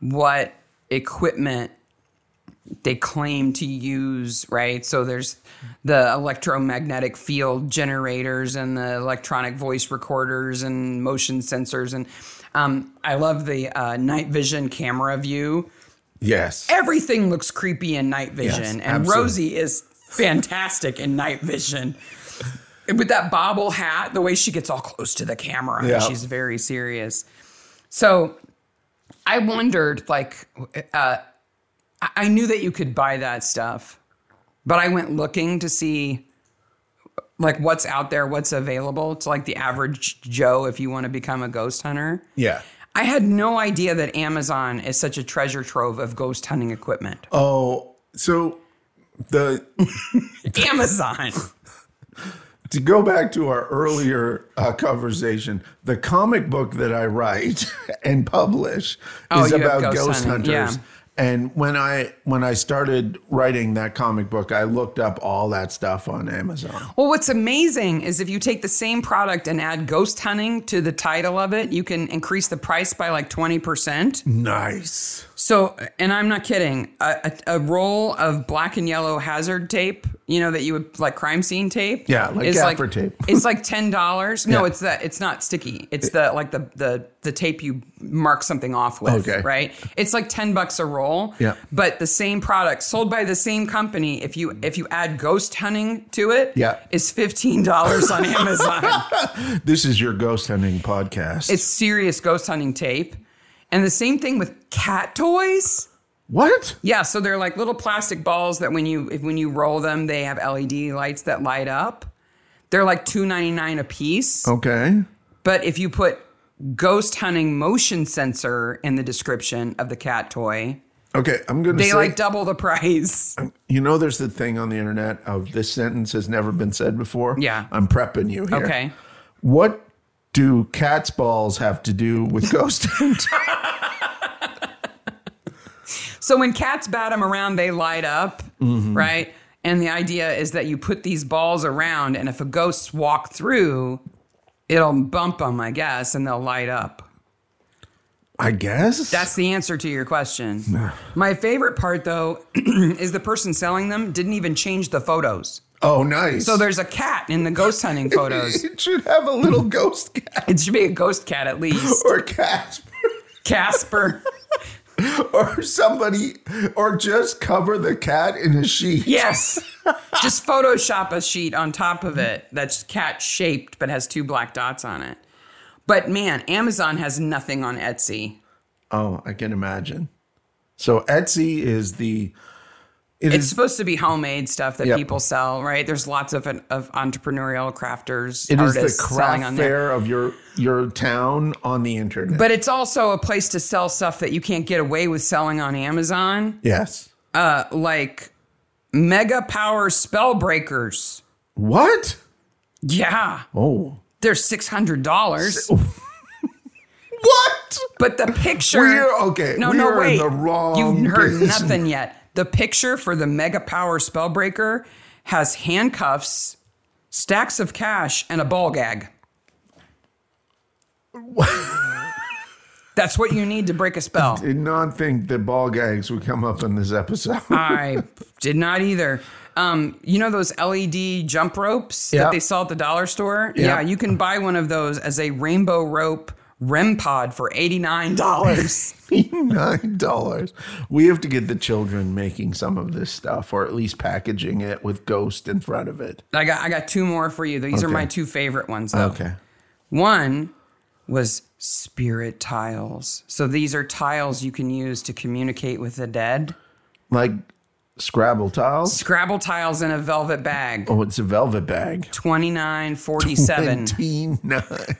[SPEAKER 1] what equipment they claim to use, right? So there's the electromagnetic field generators and the electronic voice recorders and motion sensors. And um, I love the uh, night vision camera view
[SPEAKER 2] Yes.
[SPEAKER 1] everything looks creepy in night vision, and
[SPEAKER 2] absolutely.
[SPEAKER 1] Rosie is fantastic in night vision. with that bobble hat, the way she gets all close to the camera,
[SPEAKER 2] Yeah.
[SPEAKER 1] and she's very serious. So I wondered, like, uh, I- I knew that you could buy that stuff, but I went looking to see like what's out there, what's available to like the average Joe if you want to become a ghost hunter.
[SPEAKER 2] Yeah.
[SPEAKER 1] I had no idea that Amazon is such a treasure trove of ghost hunting equipment.
[SPEAKER 2] Oh, so the
[SPEAKER 1] Amazon.
[SPEAKER 2] to go back to our earlier uh, conversation, the comic book that I write and publish
[SPEAKER 1] Oh,
[SPEAKER 2] is
[SPEAKER 1] you have
[SPEAKER 2] about ghost,
[SPEAKER 1] ghost hunting,
[SPEAKER 2] hunters.
[SPEAKER 1] yeah.
[SPEAKER 2] And when I when I started writing that comic book, I looked up all that stuff on Amazon.
[SPEAKER 1] Well, what's amazing is if you take the same product and add ghost hunting to the title of it, you can increase the price by like 20%.
[SPEAKER 2] Nice.
[SPEAKER 1] So, and I'm not kidding, a, a, a roll of black and yellow hazard tape, you know, that you would like crime scene tape.
[SPEAKER 2] Yeah, like
[SPEAKER 1] is
[SPEAKER 2] gaffer tape.
[SPEAKER 1] it's like $10. No,
[SPEAKER 2] Yeah.
[SPEAKER 1] it's that, it's not sticky. It's the, like the, the, the tape you mark something off with,
[SPEAKER 2] Okay.
[SPEAKER 1] right? It's like 10 bucks a roll.
[SPEAKER 2] Yeah.
[SPEAKER 1] But the same product sold by the same company, if you, if you add ghost hunting to it,
[SPEAKER 2] Yeah.
[SPEAKER 1] is $15 on Amazon.
[SPEAKER 2] This is your ghost hunting podcast.
[SPEAKER 1] it's serious ghost hunting tape. And the same thing with cat toys.
[SPEAKER 2] what?
[SPEAKER 1] Yeah, so they're like little plastic balls that when you if, when you roll them, they have LED lights that light up. They're like two ninety nine a
[SPEAKER 2] Oh.
[SPEAKER 1] piece.
[SPEAKER 2] Okay.
[SPEAKER 1] But if you put ghost hunting motion sensor in the description of the cat toy,
[SPEAKER 2] Okay, I'm gonna
[SPEAKER 1] they
[SPEAKER 2] say
[SPEAKER 1] like double the price.
[SPEAKER 2] you know there's the thing on the internet of this sentence has never been said before.
[SPEAKER 1] Yeah.
[SPEAKER 2] I'm prepping you here.
[SPEAKER 1] Okay.
[SPEAKER 2] What do cat's balls have to do with ghost hunting?
[SPEAKER 1] So when cats bat them around, they light up, right? And the idea is that you put these balls around, and if a ghost walk through, it'll bump them, I guess, and they'll light up.
[SPEAKER 2] I guess.
[SPEAKER 1] That's the answer to your question. My favorite part, though, is the person selling them didn't even change the photos.
[SPEAKER 2] oh, nice.
[SPEAKER 1] So there's a cat in the ghost hunting photos.
[SPEAKER 2] It should have a little
[SPEAKER 1] Hmm.
[SPEAKER 2] ghost cat
[SPEAKER 1] It should be a ghost cat at least.
[SPEAKER 2] or Casper
[SPEAKER 1] Casper.
[SPEAKER 2] or somebody, or just cover the cat in a sheet.
[SPEAKER 1] Yes. Just Photoshop a sheet on top of it that's cat shaped but has two black dots on it. But man, Amazon has nothing on Etsy.
[SPEAKER 2] Oh, I can imagine. So Etsy is the. it
[SPEAKER 1] It's
[SPEAKER 2] is
[SPEAKER 1] supposed to be homemade stuff that
[SPEAKER 2] Yep.
[SPEAKER 1] people sell, right? There's lots of of entrepreneurial crafters,
[SPEAKER 2] it is
[SPEAKER 1] artists
[SPEAKER 2] the
[SPEAKER 1] selling
[SPEAKER 2] craft
[SPEAKER 1] on there.
[SPEAKER 2] fair of your your town on the internet.
[SPEAKER 1] But it's also a place to sell stuff that you can't get away with selling on Amazon,
[SPEAKER 2] yes.
[SPEAKER 1] uh, like mega power spell breakers.
[SPEAKER 2] What?
[SPEAKER 1] Yeah,
[SPEAKER 2] Oh.
[SPEAKER 1] they're six hundred dollars.
[SPEAKER 2] What?
[SPEAKER 1] But the picture.
[SPEAKER 2] We're- okay,
[SPEAKER 1] No,
[SPEAKER 2] we
[SPEAKER 1] no,
[SPEAKER 2] are in
[SPEAKER 1] wait.
[SPEAKER 2] the wrong
[SPEAKER 1] You've heard
[SPEAKER 2] business.
[SPEAKER 1] nothing yet. The picture for the mega power spellbreaker has handcuffs, stacks of cash, and a ball gag. That's what you need to break a spell.
[SPEAKER 2] Did not think that ball gags would come up in this episode.
[SPEAKER 1] I did not either. Um, you know those LED jump ropes
[SPEAKER 2] Yeah.
[SPEAKER 1] that they sell at the dollar store?
[SPEAKER 2] Yeah.
[SPEAKER 1] Yeah, you can buy one of those as a rainbow rope REM pod for $89.
[SPEAKER 2] Nine dollars. We have to get the children making some of this stuff, or at least packaging it with ghost in front of it.
[SPEAKER 1] I got I got two more for you. These are
[SPEAKER 2] Okay.
[SPEAKER 1] my two favorite ones though.
[SPEAKER 2] Okay.
[SPEAKER 1] One was spirit tiles. So these are tiles you can use to communicate with the dead.
[SPEAKER 2] Like Scrabble tiles.
[SPEAKER 1] Scrabble tiles in a velvet bag.
[SPEAKER 2] Oh, it's a velvet bag.
[SPEAKER 1] 2947.
[SPEAKER 2] Twenty nine.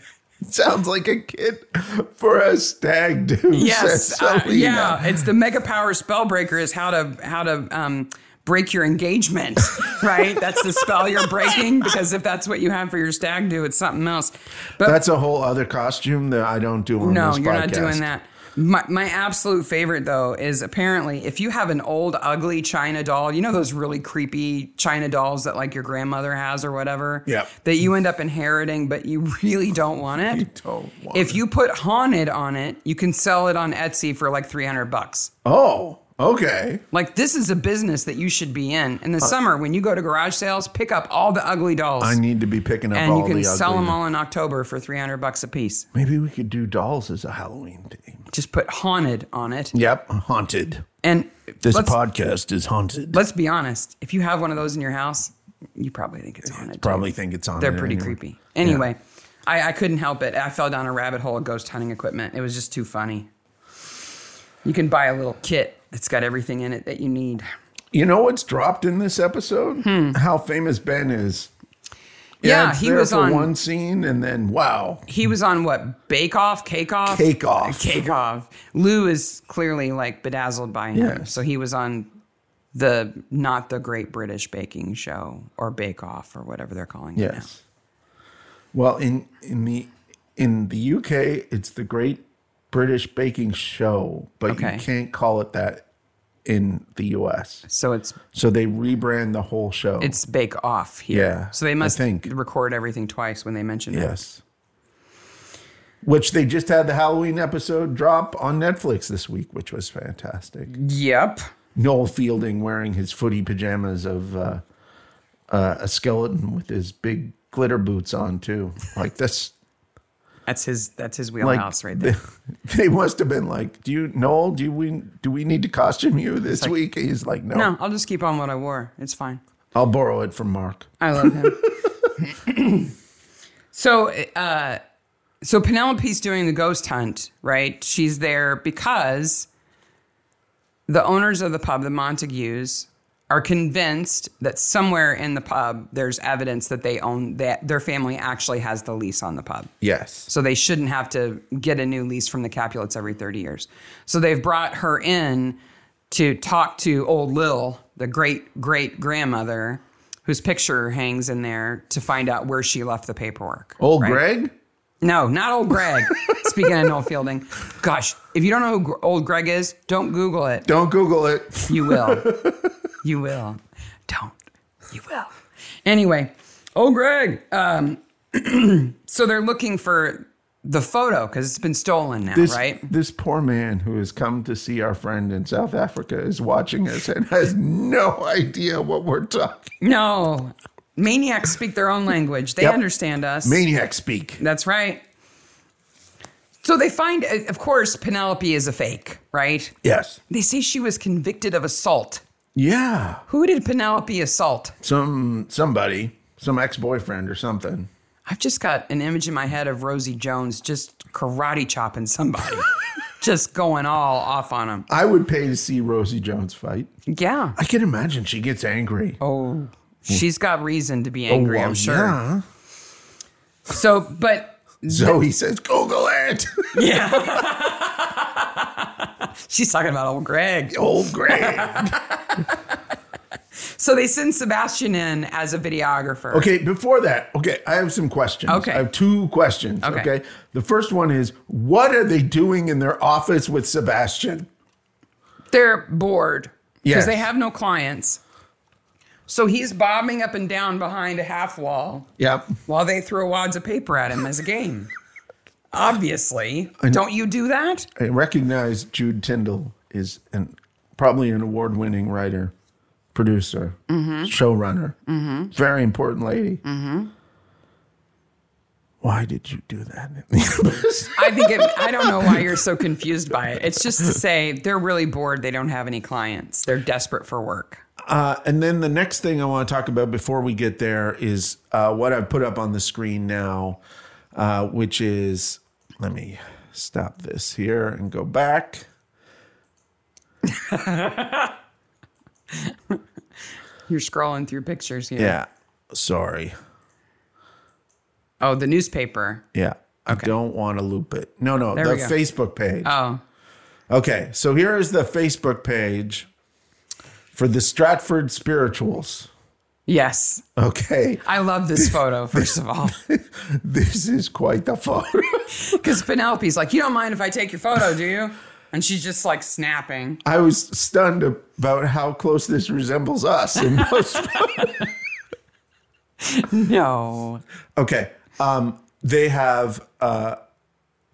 [SPEAKER 2] Sounds like a kid for a stag do.
[SPEAKER 1] Yes.
[SPEAKER 2] says
[SPEAKER 1] uh,
[SPEAKER 2] Selena.
[SPEAKER 1] yeah, it's the mega power spellbreaker is how to how to um break your engagement, right? that's the spell you're breaking because if that's what you have for your stag do, it's something else. But
[SPEAKER 2] That's a whole other costume that I don't do on
[SPEAKER 1] No,
[SPEAKER 2] this
[SPEAKER 1] you're not
[SPEAKER 2] podcast.
[SPEAKER 1] doing that. My, my absolute favorite though is apparently if you have an old ugly china doll, you know those really creepy china dolls that like your grandmother has or whatever,
[SPEAKER 2] Yep.
[SPEAKER 1] that you end up inheriting but you really don't want it.
[SPEAKER 2] You don't want
[SPEAKER 1] if you put haunted on it, you can sell it on Etsy for like 300 bucks.
[SPEAKER 2] Oh, okay.
[SPEAKER 1] Like this is a business that you should be in. In the summer when you go to garage sales, pick up all the ugly dolls
[SPEAKER 2] Uh, I need to be picking up
[SPEAKER 1] and
[SPEAKER 2] all
[SPEAKER 1] you can
[SPEAKER 2] the
[SPEAKER 1] sell
[SPEAKER 2] ugly-
[SPEAKER 1] them all in October for 300 bucks a piece.
[SPEAKER 2] Maybe we could do dolls as a Halloween theme.
[SPEAKER 1] Just put haunted on it.
[SPEAKER 2] Yep, haunted.
[SPEAKER 1] And
[SPEAKER 2] This
[SPEAKER 1] let's-
[SPEAKER 2] podcast is haunted.
[SPEAKER 1] let's be honest. If you have one of those in your house, You probably think it's haunted.
[SPEAKER 2] Probably think it's on.
[SPEAKER 1] They're
[SPEAKER 2] it
[SPEAKER 1] pretty
[SPEAKER 2] anyway.
[SPEAKER 1] creepy. Anyway, I, I couldn't help it. I fell down a rabbit hole of ghost hunting equipment. It was just too funny. You can buy a little kit that's got everything in it that you need.
[SPEAKER 2] You know what's dropped in this episode? How famous Ben is.
[SPEAKER 1] Hmm. Yeah,
[SPEAKER 2] it's
[SPEAKER 1] he
[SPEAKER 2] there
[SPEAKER 1] was
[SPEAKER 2] for
[SPEAKER 1] on-
[SPEAKER 2] one scene, and then wow,
[SPEAKER 1] He was on what? Bake Off? Cake Off?
[SPEAKER 2] Cake Off.
[SPEAKER 1] Cake Off. Lou is clearly like bedazzled by him.
[SPEAKER 2] Yeah.
[SPEAKER 1] So he was on the not the Great British Baking Show or Bake Off or whatever they're calling it. now.
[SPEAKER 2] yes. Well, in in the in the UK, it's the Great British Baking Show, but
[SPEAKER 1] Okay.
[SPEAKER 2] you can't call it that in the US.
[SPEAKER 1] So it's
[SPEAKER 2] So they rebrand the whole show.
[SPEAKER 1] it's Bake Off here.
[SPEAKER 2] Yeah,
[SPEAKER 1] So they
[SPEAKER 2] I
[SPEAKER 1] must
[SPEAKER 2] think.
[SPEAKER 1] record everything twice when they mention it.
[SPEAKER 2] yes. Which they just had the Halloween episode drop on Netflix this week, which was fantastic.
[SPEAKER 1] Yep.
[SPEAKER 2] Noel Fielding wearing his footy pajamas of uh, uh, a skeleton with his big glitter boots on too. Like that's
[SPEAKER 1] That's his that's his
[SPEAKER 2] like
[SPEAKER 1] wheelhouse right there.
[SPEAKER 2] They, they must have been like, "Do you Noel? Do we do we need to costume you this week?" He's like, no,
[SPEAKER 1] No, I'll just keep on what I wore. It's fine.
[SPEAKER 2] I'll borrow it from Mark."
[SPEAKER 1] I love him. so, uh, so Penelope's doing the ghost hunt, right? She's there because the owners of the pub, the Montagues, are convinced that somewhere in the pub there's evidence that they own that their family actually has the lease on the pub.
[SPEAKER 2] Yes,
[SPEAKER 1] So they shouldn't have to get a new lease from the Capulets every 30 years. So they've brought her in to talk to old Lil, the great great grandmother, whose picture hangs in there to find out where she left the paperwork.
[SPEAKER 2] old
[SPEAKER 1] right?
[SPEAKER 2] Greg.
[SPEAKER 1] No, not old Greg. Speaking of Noel Fielding, gosh, if you don't know who Gr- old Greg is, don't Google it.
[SPEAKER 2] Don't Google it.
[SPEAKER 1] You will. you will. Don't. You will. Anyway, oh, Greg. Um, so they're looking for the photo because it's been stolen now,
[SPEAKER 2] This,
[SPEAKER 1] right?
[SPEAKER 2] this poor man who has come to see our friend in South Africa is watching us and has no idea what we're talking.
[SPEAKER 1] No. Maniacs speak their own language. They
[SPEAKER 2] Yep.
[SPEAKER 1] understand us.
[SPEAKER 2] Maniac speak.
[SPEAKER 1] That's right. So they find, uh, of course, Penelope is a fake, right?
[SPEAKER 2] Yes.
[SPEAKER 1] They say she was convicted of assault.
[SPEAKER 2] Yeah.
[SPEAKER 1] Who did Penelope assault?
[SPEAKER 2] some somebody, some ex-boyfriend or something.
[SPEAKER 1] I've just got an image in my head of Rosie Jones just karate chopping somebody, just going all off on him.
[SPEAKER 2] I would pay to see Rosie Jones fight.
[SPEAKER 1] Yeah.
[SPEAKER 2] I can imagine she gets angry.
[SPEAKER 1] Oh, she's got reason to be angry,
[SPEAKER 2] Oh, well,
[SPEAKER 1] I'm sure.
[SPEAKER 2] yeah.
[SPEAKER 1] So, but
[SPEAKER 2] Zoe says, "Google it,
[SPEAKER 1] she's talking about old Greg.
[SPEAKER 2] old Greg."
[SPEAKER 1] So they send Sebastian in as a videographer.
[SPEAKER 2] okay, before that, okay, I have some questions.
[SPEAKER 1] Okay.
[SPEAKER 2] I have two questions.
[SPEAKER 1] Okay.
[SPEAKER 2] Okay. the first one is, what are they doing in their office with Sebastian?
[SPEAKER 1] They're bored because
[SPEAKER 2] Yes.
[SPEAKER 1] they have no clients. So he's bobbing up and down behind a half wall
[SPEAKER 2] Yep.
[SPEAKER 1] while they throw wads of paper at him as a game. Obviously.
[SPEAKER 2] know.
[SPEAKER 1] Don't you do that?
[SPEAKER 2] I recognize Jude Tyndall is an probably an award-winning writer, producer,
[SPEAKER 1] Mm-hmm.
[SPEAKER 2] showrunner, very important lady. Why did you do that? in the episode?
[SPEAKER 1] I think it, I don't know why you're so confused by it. It's just to say they're really bored. They don't have any clients. They're desperate for work.
[SPEAKER 2] uh, and then the next thing I want to talk about before we get there is uh, what I've put up on the screen now, uh, which is let me stop this here and go back.
[SPEAKER 1] You're scrolling through pictures here.
[SPEAKER 2] Yeah, sorry.
[SPEAKER 1] Oh, the newspaper.
[SPEAKER 2] Yeah. I don't want to loop it. No, no,
[SPEAKER 1] There
[SPEAKER 2] the
[SPEAKER 1] we go.
[SPEAKER 2] Facebook page.
[SPEAKER 1] Oh,
[SPEAKER 2] Okay, so here is the Facebook page for the Stratford Spirituals.
[SPEAKER 1] yes.
[SPEAKER 2] Okay,
[SPEAKER 1] I love this photo, first of all.
[SPEAKER 2] this is quite the photo.
[SPEAKER 1] Because Penelope's like, you don't mind if I take your photo, do you? And she's just like snapping.
[SPEAKER 2] I was stunned about how close this resembles us. In most
[SPEAKER 1] No.
[SPEAKER 2] okay, um, they have uh,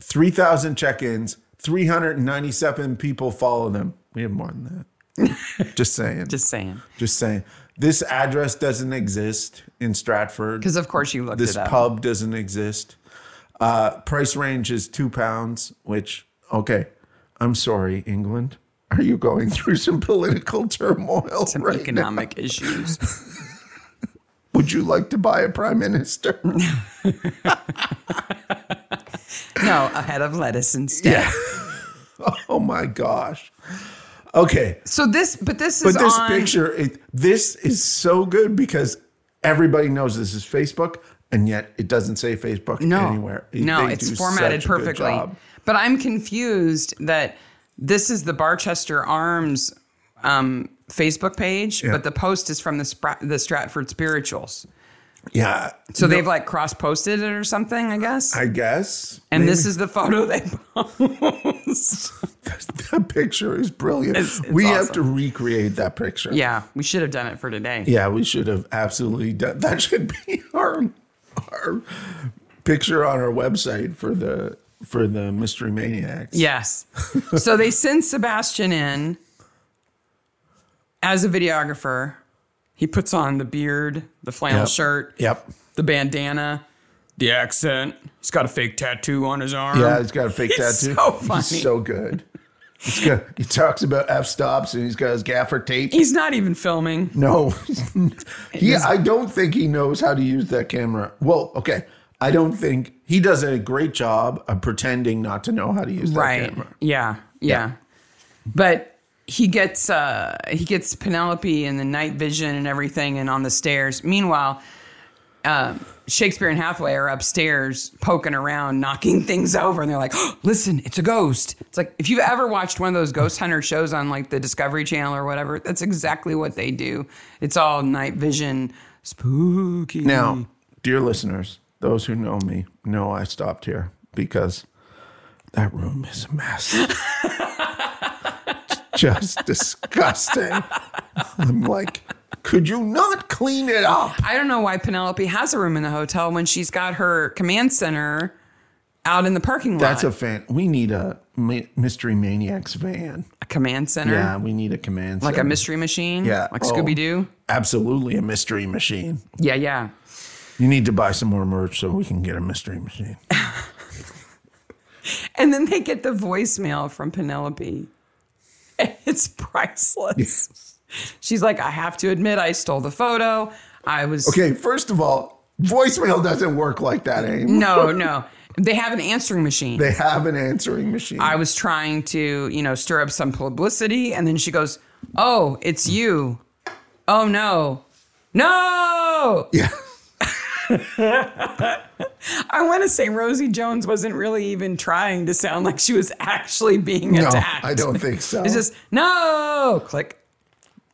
[SPEAKER 2] 3,000 check ins, 397 people follow them. We have more than that. Just saying.
[SPEAKER 1] Just saying.
[SPEAKER 2] Just saying. This address doesn't exist in Stratford.
[SPEAKER 1] Because of course you looked
[SPEAKER 2] this
[SPEAKER 1] it up.
[SPEAKER 2] pub doesn't exist. Uh, price range is two pounds, which, okay, I'm sorry, England. Are you going through some political turmoil
[SPEAKER 1] Some
[SPEAKER 2] right now?
[SPEAKER 1] economic issues.
[SPEAKER 2] Would you like to buy a prime minister?
[SPEAKER 1] No, a head of lettuce instead.
[SPEAKER 2] yeah. oh my gosh. Okay.
[SPEAKER 1] So this, but this is
[SPEAKER 2] But this
[SPEAKER 1] on.
[SPEAKER 2] picture, it, this is so good because everybody knows this is Facebook, and yet it doesn't say Facebook
[SPEAKER 1] no,
[SPEAKER 2] anywhere.
[SPEAKER 1] No,
[SPEAKER 2] They
[SPEAKER 1] it's
[SPEAKER 2] do
[SPEAKER 1] formatted
[SPEAKER 2] such a good
[SPEAKER 1] perfectly.
[SPEAKER 2] job.
[SPEAKER 1] But I'm confused that this is the Barchester Arms um, Facebook page,
[SPEAKER 2] Yeah.
[SPEAKER 1] but the post is from the Spra- the Stratford Spirituals.
[SPEAKER 2] Yeah.
[SPEAKER 1] So they've like cross posted it or something, I guess.
[SPEAKER 2] I guess.
[SPEAKER 1] and this is the photo they post.
[SPEAKER 2] that picture is brilliant.
[SPEAKER 1] It's- it's
[SPEAKER 2] we have to
[SPEAKER 1] awesome.
[SPEAKER 2] recreate that picture.
[SPEAKER 1] yeah, we should have done it for today.
[SPEAKER 2] Yeah, we should have absolutely done that. Should be our our picture on our website for the for the mystery maniacs.
[SPEAKER 1] Yes. so they send Sebastian in as a videographer. He puts on the beard, the flannel
[SPEAKER 2] Yep.
[SPEAKER 1] shirt,
[SPEAKER 2] Yep.
[SPEAKER 1] the bandana, the accent. He's got a fake tattoo on his arm.
[SPEAKER 2] Yeah, he's got a fake
[SPEAKER 1] He's
[SPEAKER 2] tattoo.
[SPEAKER 1] Um, so funny.
[SPEAKER 2] He's so good. He's got, he talks about f stops and he's got his gaffer tape.
[SPEAKER 1] He's not even filming.
[SPEAKER 2] no, he, I don't think he knows how to use that camera. Well, okay, I don't think he does a great job of pretending not to know how to use that
[SPEAKER 1] Right.
[SPEAKER 2] camera.
[SPEAKER 1] Yeah, yeah. But he gets uh he gets Penelope and the night vision and everything and on the stairs. Meanwhile, um Shakespeare and Hathaway are upstairs poking around, knocking things over, and they're like, "Oh, "Listen, it's a ghost." It's like if you've ever watched one of those ghost hunter shows on like the Discovery Channel or whatever, that's exactly what they do. It's all night vision, spooky.
[SPEAKER 2] Now, Mm, dear listeners, those who know me know I stopped here because that room is a mess. Just disgusting. I'm like, could you not clean it up?
[SPEAKER 1] I don't know why Penelope has a room in the hotel when she's got her command center out in the parking lot.
[SPEAKER 2] That's a fan. We need a ma- mystery maniacs van.
[SPEAKER 1] A command center,
[SPEAKER 2] Yeah, we need a command.
[SPEAKER 1] like a
[SPEAKER 2] center.
[SPEAKER 1] mystery machine,
[SPEAKER 2] Yeah,
[SPEAKER 1] like
[SPEAKER 2] oh,
[SPEAKER 1] Scooby Doo.
[SPEAKER 2] Absolutely, a mystery machine.
[SPEAKER 1] Yeah, yeah.
[SPEAKER 2] You need to buy some more merch so we can get a mystery machine.
[SPEAKER 1] And then they get the voicemail from Penelope. And It's priceless. She's like, I have to admit, I stole the photo. I was
[SPEAKER 2] Okay, first of all, voicemail doesn't work like that anymore.
[SPEAKER 1] no, no. They have an answering machine.
[SPEAKER 2] They have an answering machine.
[SPEAKER 1] I was trying to, you know, stir up some publicity. And then she goes, Oh, it's you. Oh, no. No.
[SPEAKER 2] Yeah.
[SPEAKER 1] I want to say Rosie Jones wasn't really even trying to sound like she was actually being
[SPEAKER 2] No,
[SPEAKER 1] attacked.
[SPEAKER 2] I don't think so.
[SPEAKER 1] It's just, No. Click.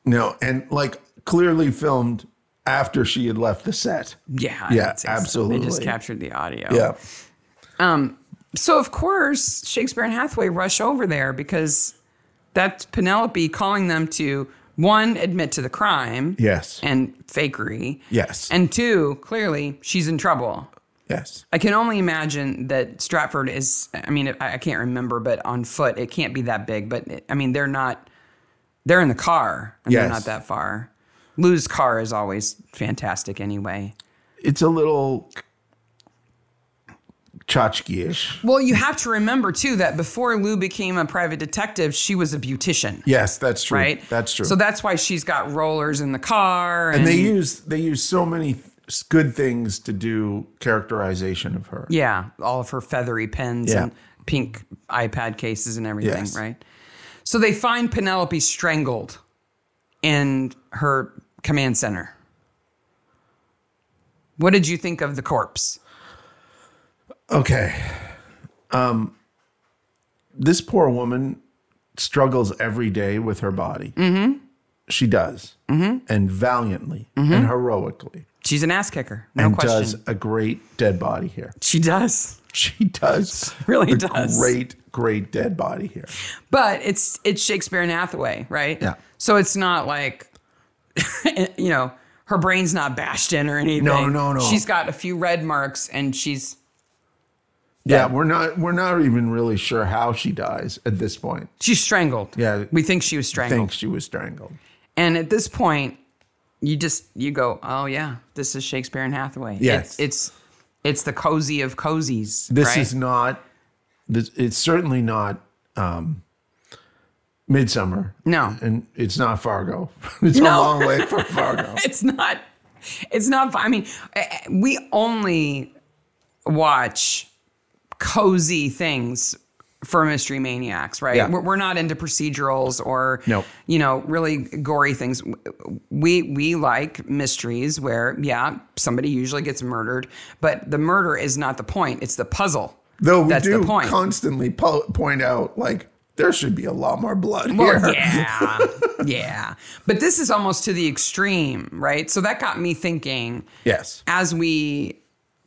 [SPEAKER 2] no, and like clearly filmed after she had left the set.
[SPEAKER 1] Yeah.
[SPEAKER 2] Yeah,
[SPEAKER 1] I'd say so. They just
[SPEAKER 2] absolutely.
[SPEAKER 1] captured the audio.
[SPEAKER 2] Yeah.
[SPEAKER 1] So, of course, Shakespeare and Hathaway rush over there because that's Penelope calling them to one, admit to the crime.
[SPEAKER 2] Yes.
[SPEAKER 1] and fakery.
[SPEAKER 2] Yes.
[SPEAKER 1] And two, clearly she's in trouble.
[SPEAKER 2] yes.
[SPEAKER 1] I can only imagine that Stratford is, I mean, I I can't remember, but on foot, it can't be that big. But I mean, they're not, they're in the car and they're
[SPEAKER 2] Yes.
[SPEAKER 1] not that far. Lou's car is always fantastic anyway.
[SPEAKER 2] It's a little tchotchke-ish.
[SPEAKER 1] Well, you have to remember too that before Lou became a private detective, she was a beautician,
[SPEAKER 2] Yes, that's true.
[SPEAKER 1] right?
[SPEAKER 2] That's true.
[SPEAKER 1] So that's why she's got rollers in the car. And,
[SPEAKER 2] and they use they use so many th- good things to do characterization of her.
[SPEAKER 1] Yeah, all of her feathery pens
[SPEAKER 2] Yeah.
[SPEAKER 1] and pink iPad cases and everything,
[SPEAKER 2] Yes.
[SPEAKER 1] right? So they find Penelope strangled in her command center. What did you think of the corpse?
[SPEAKER 2] Okay. Um this poor woman struggles every day with her body. Mm-hmm. She does. Mm-hmm. And valiantly and heroically.
[SPEAKER 1] She's an ass kicker, Mm-hmm. no
[SPEAKER 2] and
[SPEAKER 1] question.
[SPEAKER 2] does a great dead body here.
[SPEAKER 1] She does.
[SPEAKER 2] She does
[SPEAKER 1] Really
[SPEAKER 2] a
[SPEAKER 1] does.
[SPEAKER 2] great, great dead body here.
[SPEAKER 1] But it's it's Shakespeare and Hathaway, right?
[SPEAKER 2] Yeah.
[SPEAKER 1] So it's not like you know, her brain's not bashed in or anything.
[SPEAKER 2] no, no.
[SPEAKER 1] She's got a few red marks and she's
[SPEAKER 2] Yeah, we're not we're not even really sure how she dies at this point.
[SPEAKER 1] she's strangled.
[SPEAKER 2] Yeah.
[SPEAKER 1] We think she was
[SPEAKER 2] I
[SPEAKER 1] strangled.
[SPEAKER 2] think she was strangled.
[SPEAKER 1] And at this point, you just you go, oh yeah, this is Shakespeare and Hathaway.
[SPEAKER 2] Yes.
[SPEAKER 1] it's it's, it's the cozy of cozies.
[SPEAKER 2] This
[SPEAKER 1] right?
[SPEAKER 2] is not this it's certainly not um midsummer.
[SPEAKER 1] No.
[SPEAKER 2] And it's not Fargo. It's a
[SPEAKER 1] No.
[SPEAKER 2] long way from Fargo.
[SPEAKER 1] it's not It's not. I mean, eh, we only watch cozy things for mystery maniacs, right?
[SPEAKER 2] Yeah.
[SPEAKER 1] We're, we're not into procedurals or
[SPEAKER 2] Nope.
[SPEAKER 1] you know really gory things. We we like mysteries where yeah somebody usually gets murdered, but the murder is not the point. It's the puzzle.
[SPEAKER 2] Though we
[SPEAKER 1] That's
[SPEAKER 2] do
[SPEAKER 1] the point.
[SPEAKER 2] constantly po- point out, like, there should be a lot more blood
[SPEAKER 1] Well,
[SPEAKER 2] here.
[SPEAKER 1] yeah, yeah. But this is almost to the extreme, right? So that got me thinking.
[SPEAKER 2] Yes.
[SPEAKER 1] as we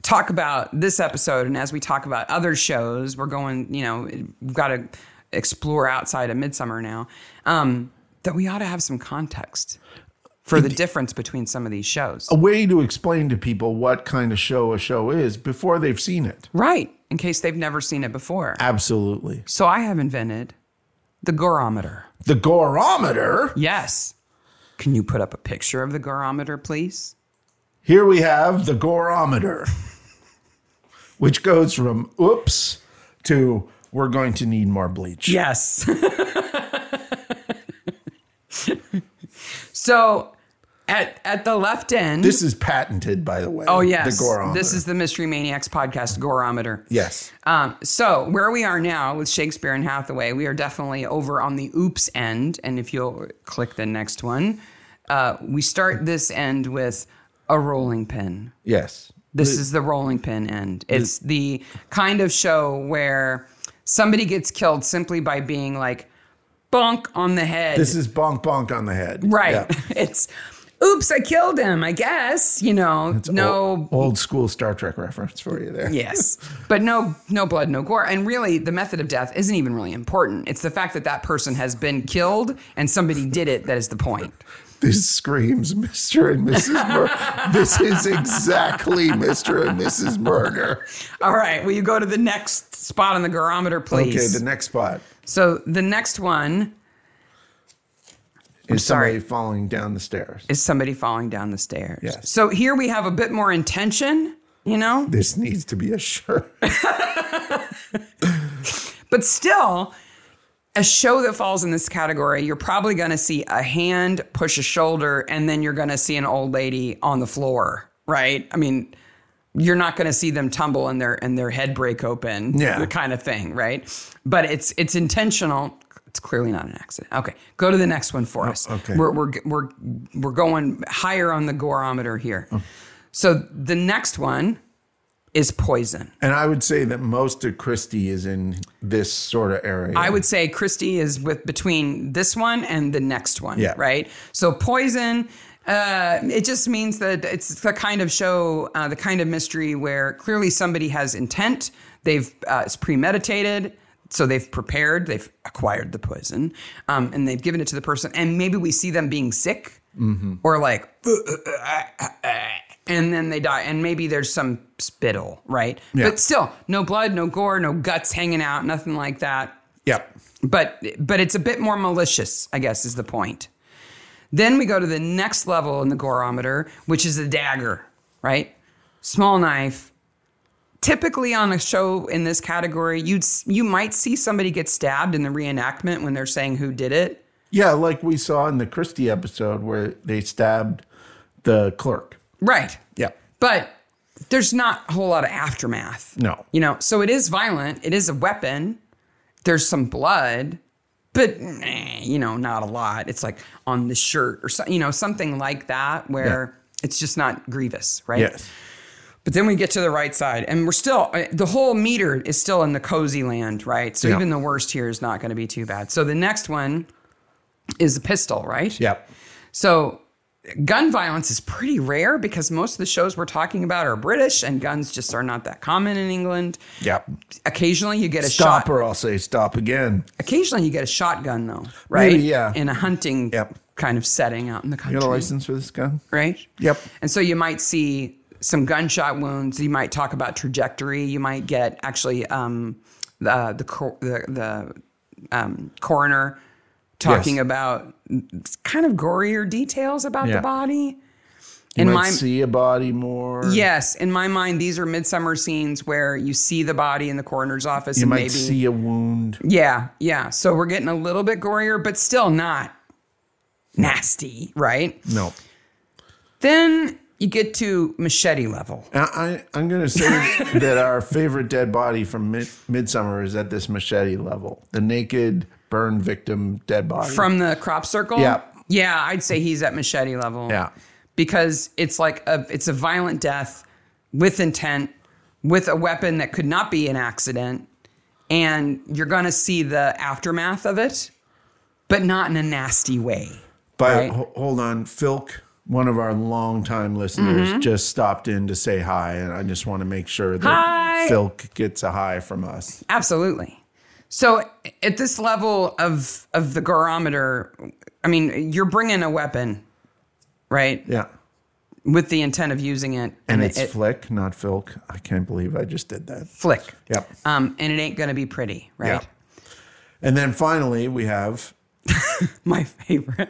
[SPEAKER 1] talk about this episode and as we talk about other shows, we're going, you know, we've got to explore outside of Midsummer now, um, that we ought to have some context for the difference between some of these shows.
[SPEAKER 2] A way to explain to people what kind of show a show is before they've seen it.
[SPEAKER 1] Right, in case they've never seen it before.
[SPEAKER 2] Absolutely.
[SPEAKER 1] So I have invented the gorometer.
[SPEAKER 2] The gorometer.
[SPEAKER 1] Yes. Can you put up a picture of the gorometer, please?
[SPEAKER 2] Here we have the gorometer, which goes from oops to we're going to need more bleach.
[SPEAKER 1] Yes. so at at the left end.
[SPEAKER 2] This is patented, by the way.
[SPEAKER 1] oh yes.
[SPEAKER 2] The gorometer.
[SPEAKER 1] This is the Mystery Maniacs podcast gorometer.
[SPEAKER 2] Yes.
[SPEAKER 1] Um, so where we are now with Shakespeare and Hathaway, we are definitely over on the oops end. And if you'll click the next one, uh, we start this end with a rolling pin.
[SPEAKER 2] Yes.
[SPEAKER 1] This is the rolling pin end. It's the kind of show where somebody gets killed simply by being like bonk on the head.
[SPEAKER 2] This is bonk bonk on the head.
[SPEAKER 1] Right.
[SPEAKER 2] Yeah.
[SPEAKER 1] It's oops, I killed him, I guess. You know, no
[SPEAKER 2] Old, old school Star Trek reference for you there.
[SPEAKER 1] yes. But no no blood, no gore. And really the method of death isn't even really important. It's the fact that that person has been killed and somebody did it that is the point.
[SPEAKER 2] This screams Mr. and Mrs. Murder. this is exactly Mr. and Mrs. Murder.
[SPEAKER 1] All right, will you go to the next spot on the garometer, please?
[SPEAKER 2] Okay, the next spot
[SPEAKER 1] so the next one
[SPEAKER 2] is
[SPEAKER 1] sorry.
[SPEAKER 2] somebody falling down the stairs.
[SPEAKER 1] is somebody falling down the stairs.
[SPEAKER 2] Yes.
[SPEAKER 1] So here we have a bit more intention, you know?
[SPEAKER 2] This needs to be a shirt.
[SPEAKER 1] But still, a show that falls in this category, you're probably going to see a hand push a shoulder, and then you're going to see an old lady on the floor, right? I mean, you're not going to see them tumble and their and their head break open,
[SPEAKER 2] Yeah.
[SPEAKER 1] the kind of thing, right? But it's it's intentional. It's clearly not an accident. Okay, go to the next one for us.
[SPEAKER 2] Oh, okay.
[SPEAKER 1] we're we're we're we're going higher on the gorometer here. So the next one is poison.
[SPEAKER 2] And I would say that most of Christie is in this sort of area.
[SPEAKER 1] I would say Christie is with between this one and the next one,
[SPEAKER 2] Yeah.
[SPEAKER 1] right? So poison. Uh, it just means that it's the kind of show, uh, the kind of mystery where clearly somebody has intent. They've uh, it's premeditated, so they've prepared, they've acquired the poison, um, and they've given it to the person. And maybe we see them being sick
[SPEAKER 2] Mm-hmm.
[SPEAKER 1] or like, and then they die. And maybe there's some spittle, right?
[SPEAKER 2] Yeah.
[SPEAKER 1] But still, no blood, no gore, no guts hanging out, nothing like that
[SPEAKER 2] Yep.
[SPEAKER 1] but but it's a bit more malicious i guess is the point then we go to the next level in the gorometer which is a dagger right small knife typically on a show in this category you'd s- you might see somebody get stabbed in the reenactment when they're saying who did it
[SPEAKER 2] Yeah, like we saw in the Christie episode where they stabbed the clerk.
[SPEAKER 1] right
[SPEAKER 2] Yeah.
[SPEAKER 1] but there's not a whole lot of aftermath
[SPEAKER 2] No.
[SPEAKER 1] you know so it is violent it is a weapon there's some blood but eh, you know not a lot it's like on the shirt or so, you know something like that where it's just not grievous right
[SPEAKER 2] Yes.
[SPEAKER 1] but then we get to the right side and we're still uh, the whole meter is still in the cozy land right so
[SPEAKER 2] Yeah.
[SPEAKER 1] even the worst here is not going to be too bad so the next one is a pistol right
[SPEAKER 2] Yep.
[SPEAKER 1] so gun violence is pretty rare because most of the shows we're talking about are british and guns just are not that common in england
[SPEAKER 2] Yep.
[SPEAKER 1] occasionally you get a
[SPEAKER 2] Stop
[SPEAKER 1] shot
[SPEAKER 2] or I'll say stop again.
[SPEAKER 1] occasionally you get a shotgun though right
[SPEAKER 2] Maybe, yeah.
[SPEAKER 1] in a hunting
[SPEAKER 2] Yep.
[SPEAKER 1] kind of setting out in the country
[SPEAKER 2] You got a license for this gun?
[SPEAKER 1] right
[SPEAKER 2] Yep.
[SPEAKER 1] and so you might see some gunshot wounds you might talk about trajectory you might get actually um the the cor- the, the um, coroner talking
[SPEAKER 2] Yes.
[SPEAKER 1] about kind of gorier details about
[SPEAKER 2] Yeah.
[SPEAKER 1] the body
[SPEAKER 2] You
[SPEAKER 1] in
[SPEAKER 2] might
[SPEAKER 1] my
[SPEAKER 2] see a body more.
[SPEAKER 1] yes in my mind these are midsummer scenes where you see the body in the coroner's office
[SPEAKER 2] You
[SPEAKER 1] and
[SPEAKER 2] might
[SPEAKER 1] maybe
[SPEAKER 2] see a wound.
[SPEAKER 1] Yeah, yeah. So we're getting a little bit gorier, but still not nasty, right?
[SPEAKER 2] No.
[SPEAKER 1] Then you get to machete level.
[SPEAKER 2] I, I, am going to say that our favorite dead body from mid, Midsummer is at this machete level, the naked burn victim dead body.
[SPEAKER 1] From the crop circle?
[SPEAKER 2] Mm. Yeah.
[SPEAKER 1] Yeah, I'd say he's at machete level.
[SPEAKER 2] Yeah.
[SPEAKER 1] Because it's like a it's a violent death with intent, with a weapon that could not be an accident, and you're gonna see the aftermath of it, but not in a nasty way.
[SPEAKER 2] But
[SPEAKER 1] Right.
[SPEAKER 2] ho- hold on, Filk, one of our longtime listeners,
[SPEAKER 1] Mm-hmm.
[SPEAKER 2] just stopped in to say hi, and I just want to make sure that
[SPEAKER 1] Hi.
[SPEAKER 2] Filk gets a hi from us.
[SPEAKER 1] Absolutely. So at this level of of the garometer, I mean, you're bringing a weapon, right,
[SPEAKER 2] Yeah.
[SPEAKER 1] with the intent of using it,
[SPEAKER 2] And it's
[SPEAKER 1] it,
[SPEAKER 2] Flick, not Filk. I can't believe I just did that.
[SPEAKER 1] flick.
[SPEAKER 2] Yep.
[SPEAKER 1] Um, and it ain't gonna be pretty, right?
[SPEAKER 2] Yeah. And then finally, we have
[SPEAKER 1] My favorite.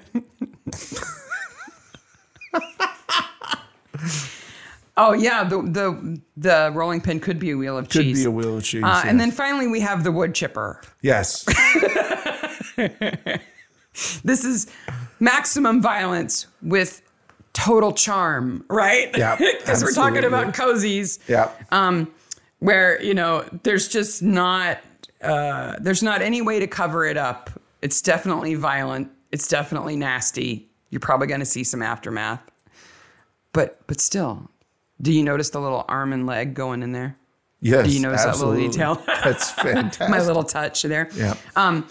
[SPEAKER 1] oh yeah, the the the rolling pin could be a wheel of
[SPEAKER 2] could
[SPEAKER 1] cheese.
[SPEAKER 2] be a wheel of cheese.
[SPEAKER 1] uh, And
[SPEAKER 2] yes.
[SPEAKER 1] then finally, we have the wood chipper.
[SPEAKER 2] yes.
[SPEAKER 1] This is maximum violence with total charm, right?
[SPEAKER 2] Yeah,
[SPEAKER 1] Because we're talking
[SPEAKER 2] absolutely.
[SPEAKER 1] about cozies.
[SPEAKER 2] yeah.
[SPEAKER 1] Um, where you know there's just not uh, there's not any way to cover it up. It's definitely violent. It's definitely nasty. You're probably going to see some aftermath. But but still, do you notice the little arm and leg going in there?
[SPEAKER 2] yes.
[SPEAKER 1] do you notice that little
[SPEAKER 2] absolutely.
[SPEAKER 1] detail?
[SPEAKER 2] That's fantastic.
[SPEAKER 1] My little touch there.
[SPEAKER 2] Yeah.
[SPEAKER 1] Um,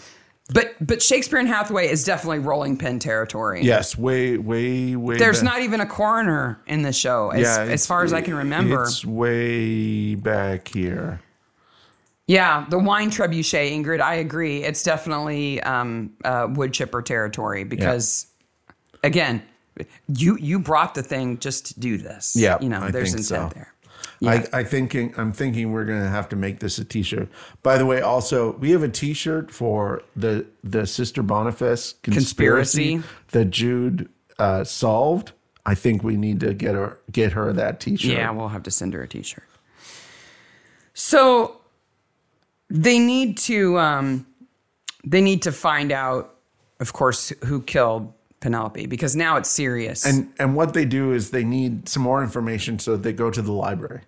[SPEAKER 1] but but Shakespeare and Hathaway is definitely rolling pin territory.
[SPEAKER 2] Yes. Way, way, way.
[SPEAKER 1] There's
[SPEAKER 2] back.
[SPEAKER 1] not even a coroner in the show, as,
[SPEAKER 2] Yeah,
[SPEAKER 1] as
[SPEAKER 2] it's-
[SPEAKER 1] far as I can remember.
[SPEAKER 2] It's way back here.
[SPEAKER 1] Yeah, the wine trebuchet, Ingrid. I agree. It's definitely um, uh, wood chipper territory because, again, you you brought the thing just to do this.
[SPEAKER 2] Yeah,
[SPEAKER 1] you know,
[SPEAKER 2] I
[SPEAKER 1] there's
[SPEAKER 2] think so.
[SPEAKER 1] intent there.
[SPEAKER 2] I, I thinking I'm thinking we're gonna have to make this a T-shirt. By the way, also we have a T-shirt for the the Sister Boniface conspiracy,
[SPEAKER 1] Conspiracy.
[SPEAKER 2] that Jude uh, solved. I think we need to get her get her that T-shirt.
[SPEAKER 1] Yeah, we'll have to send her a T-shirt. So they need to um, they need to find out, of course, who killed Penelope because now it's serious.
[SPEAKER 2] And and what they do is they need some more information, so they go to the library.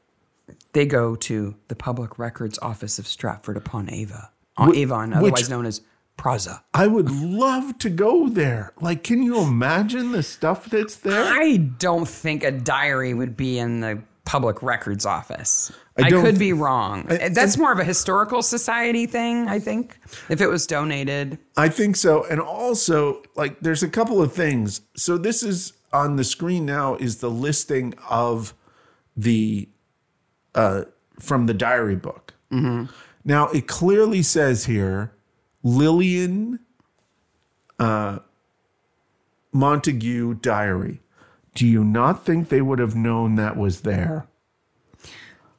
[SPEAKER 1] they go to the Public Records Office of Stratford upon Ava, on
[SPEAKER 2] Wh-
[SPEAKER 1] Avon,
[SPEAKER 2] which-
[SPEAKER 1] otherwise known as Praza.
[SPEAKER 2] I would love to go there. Like, can you imagine the stuff that's there?
[SPEAKER 1] I don't think a diary would be in the Public Records Office.
[SPEAKER 2] I
[SPEAKER 1] I,
[SPEAKER 2] don't-
[SPEAKER 1] could be wrong.
[SPEAKER 2] I-
[SPEAKER 1] That's more of a historical society thing, I think. If it was donated,
[SPEAKER 2] I think so. And also, like, there's a couple of things. So this is on the screen now is the listing of the uh from the diary book. Now it clearly says here Lillian uh Montague diary. Do you not think they would have known that was there?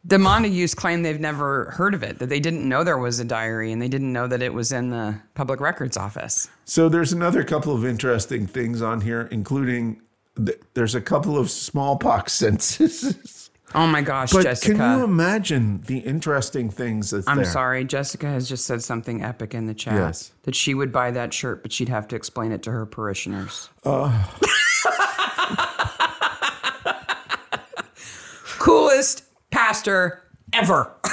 [SPEAKER 1] the Montagues claim they've never heard of it, that they didn't know there was a diary and they didn't know that it was in the Public Records Office.
[SPEAKER 2] So there's another couple of interesting things on here, including th- there's a couple of smallpox censuses.
[SPEAKER 1] Oh my gosh,
[SPEAKER 2] But
[SPEAKER 1] Jessica.
[SPEAKER 2] can you imagine the interesting things that's
[SPEAKER 1] I'm
[SPEAKER 2] there?
[SPEAKER 1] sorry, Jessica has just said something epic in the chat.
[SPEAKER 2] Yes.
[SPEAKER 1] That she would buy that shirt, but she'd have to explain it to her parishioners. Uh. Coolest pastor ever.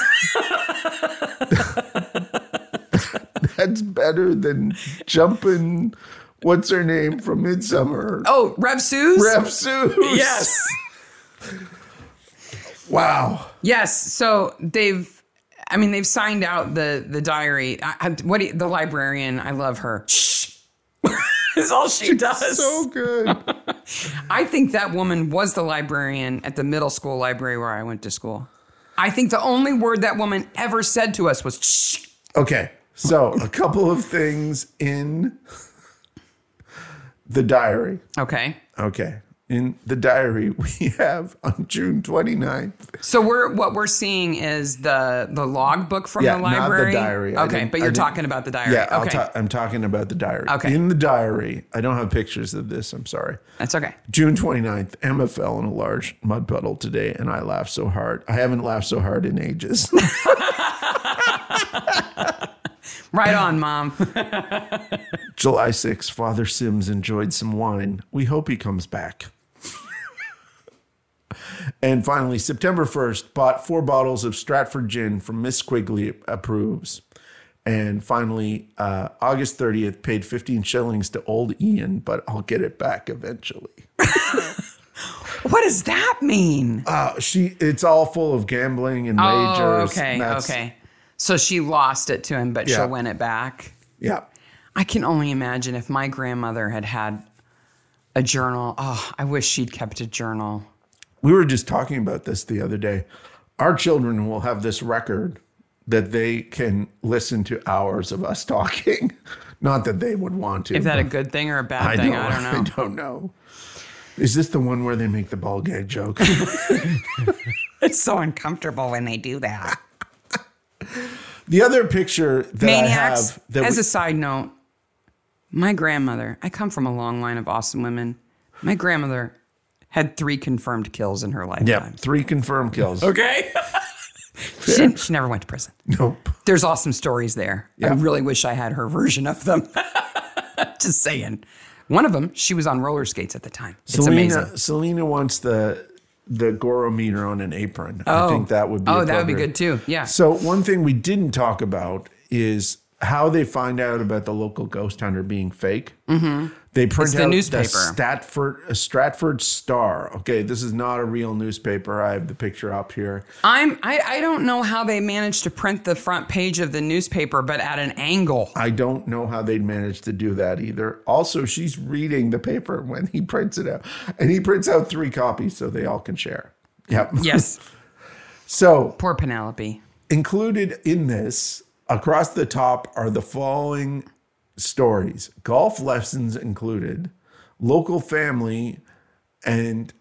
[SPEAKER 2] That's better than jumping. What's her name from Midsummer?
[SPEAKER 1] Oh, Rev Suze? Oh,
[SPEAKER 2] Rep Seuss.
[SPEAKER 1] Yes.
[SPEAKER 2] Wow.
[SPEAKER 1] yes. So they've I mean they've signed out the the diary. I, I, what do you- the librarian, I love her. Shh. is all she does.
[SPEAKER 2] So good.
[SPEAKER 1] I think that woman was the librarian at the middle school library where I went to school. I think the only word that woman ever said to us was shh.
[SPEAKER 2] Okay. So a couple of things in the diary.
[SPEAKER 1] Okay.
[SPEAKER 2] Okay. In the diary, we have on June 29th,
[SPEAKER 1] So we're what we're seeing is the the log book from
[SPEAKER 2] Yeah,
[SPEAKER 1] the
[SPEAKER 2] not the
[SPEAKER 1] library.
[SPEAKER 2] diary. I
[SPEAKER 1] Okay,
[SPEAKER 2] didn't-
[SPEAKER 1] but
[SPEAKER 2] I
[SPEAKER 1] you're
[SPEAKER 2] didn't-
[SPEAKER 1] talking about the diary.
[SPEAKER 2] Yeah, I'll
[SPEAKER 1] okay.
[SPEAKER 2] ta- I'm talking about the diary.
[SPEAKER 1] Okay.
[SPEAKER 2] In the diary, I don't have pictures of this. I'm sorry.
[SPEAKER 1] That's okay.
[SPEAKER 2] June 29th, Emma fell in a large mud puddle today, and I laughed so hard. I haven't laughed so hard in ages.
[SPEAKER 1] Right on, mom.
[SPEAKER 2] July 6th, Father Sims enjoyed some wine. We hope he comes back. And finally, September 1st, bought four bottles of Stratford gin from Miss Quigley approves. And finally, uh, August 30th, paid 15 shillings to old Ian, but I'll get it back eventually.
[SPEAKER 1] What does that mean?
[SPEAKER 2] Uh, she, it's all full of gambling and wagers.
[SPEAKER 1] Oh,
[SPEAKER 2] and
[SPEAKER 1] okay,
[SPEAKER 2] that's-
[SPEAKER 1] okay. So she lost it to him, but
[SPEAKER 2] Yeah.
[SPEAKER 1] she'll win it back.
[SPEAKER 2] Yeah.
[SPEAKER 1] I can only imagine if my grandmother had had a journal. Oh, I wish she'd kept a journal.
[SPEAKER 2] We were just talking about this the other day. Our children will have this record that they can listen to hours of us talking. Not that they would want to.
[SPEAKER 1] Is that a good thing or a bad
[SPEAKER 2] I
[SPEAKER 1] thing?
[SPEAKER 2] don't,
[SPEAKER 1] I don't know.
[SPEAKER 2] I don't know. Is this the one where they make the ball gag joke?
[SPEAKER 1] It's so uncomfortable when they do that.
[SPEAKER 2] the other picture that I
[SPEAKER 1] Maniacs.
[SPEAKER 2] have that
[SPEAKER 1] as
[SPEAKER 2] we-
[SPEAKER 1] a side note, my grandmother, I come from a long line of awesome women. My grandmother had three confirmed kills in her lifetime.
[SPEAKER 2] yeah, three confirmed kills.
[SPEAKER 1] Okay. she, didn't- she never went to prison.
[SPEAKER 2] Nope.
[SPEAKER 1] There's awesome stories there. I
[SPEAKER 2] Yeah.
[SPEAKER 1] really wish I had her version of them. Just saying. One of them, she was on roller skates at the time. It's amazing.
[SPEAKER 2] Selena, Selena wants the the Goro meter on an apron. I think that would be
[SPEAKER 1] Oh, that would be
[SPEAKER 2] appropriate.
[SPEAKER 1] good too. Yeah.
[SPEAKER 2] So one thing we didn't talk about is how they find out about the local ghost hunter being fake. Mm-hmm. They print
[SPEAKER 1] the
[SPEAKER 2] out
[SPEAKER 1] newspaper.
[SPEAKER 2] Stratford a Stratford Star. Okay, this is not a real newspaper. I have the picture up here.
[SPEAKER 1] I'm I, I don't know how they managed to print the front page of the newspaper, but at an angle.
[SPEAKER 2] I don't know how they'd manage to do that either. Also, she's reading the paper when he prints it out, and he prints out three copies so they all can share. Yep.
[SPEAKER 1] Yes.
[SPEAKER 2] So
[SPEAKER 1] Poor Penelope.
[SPEAKER 2] Included in this, across the top, are the following stories golf lessons included, local family, and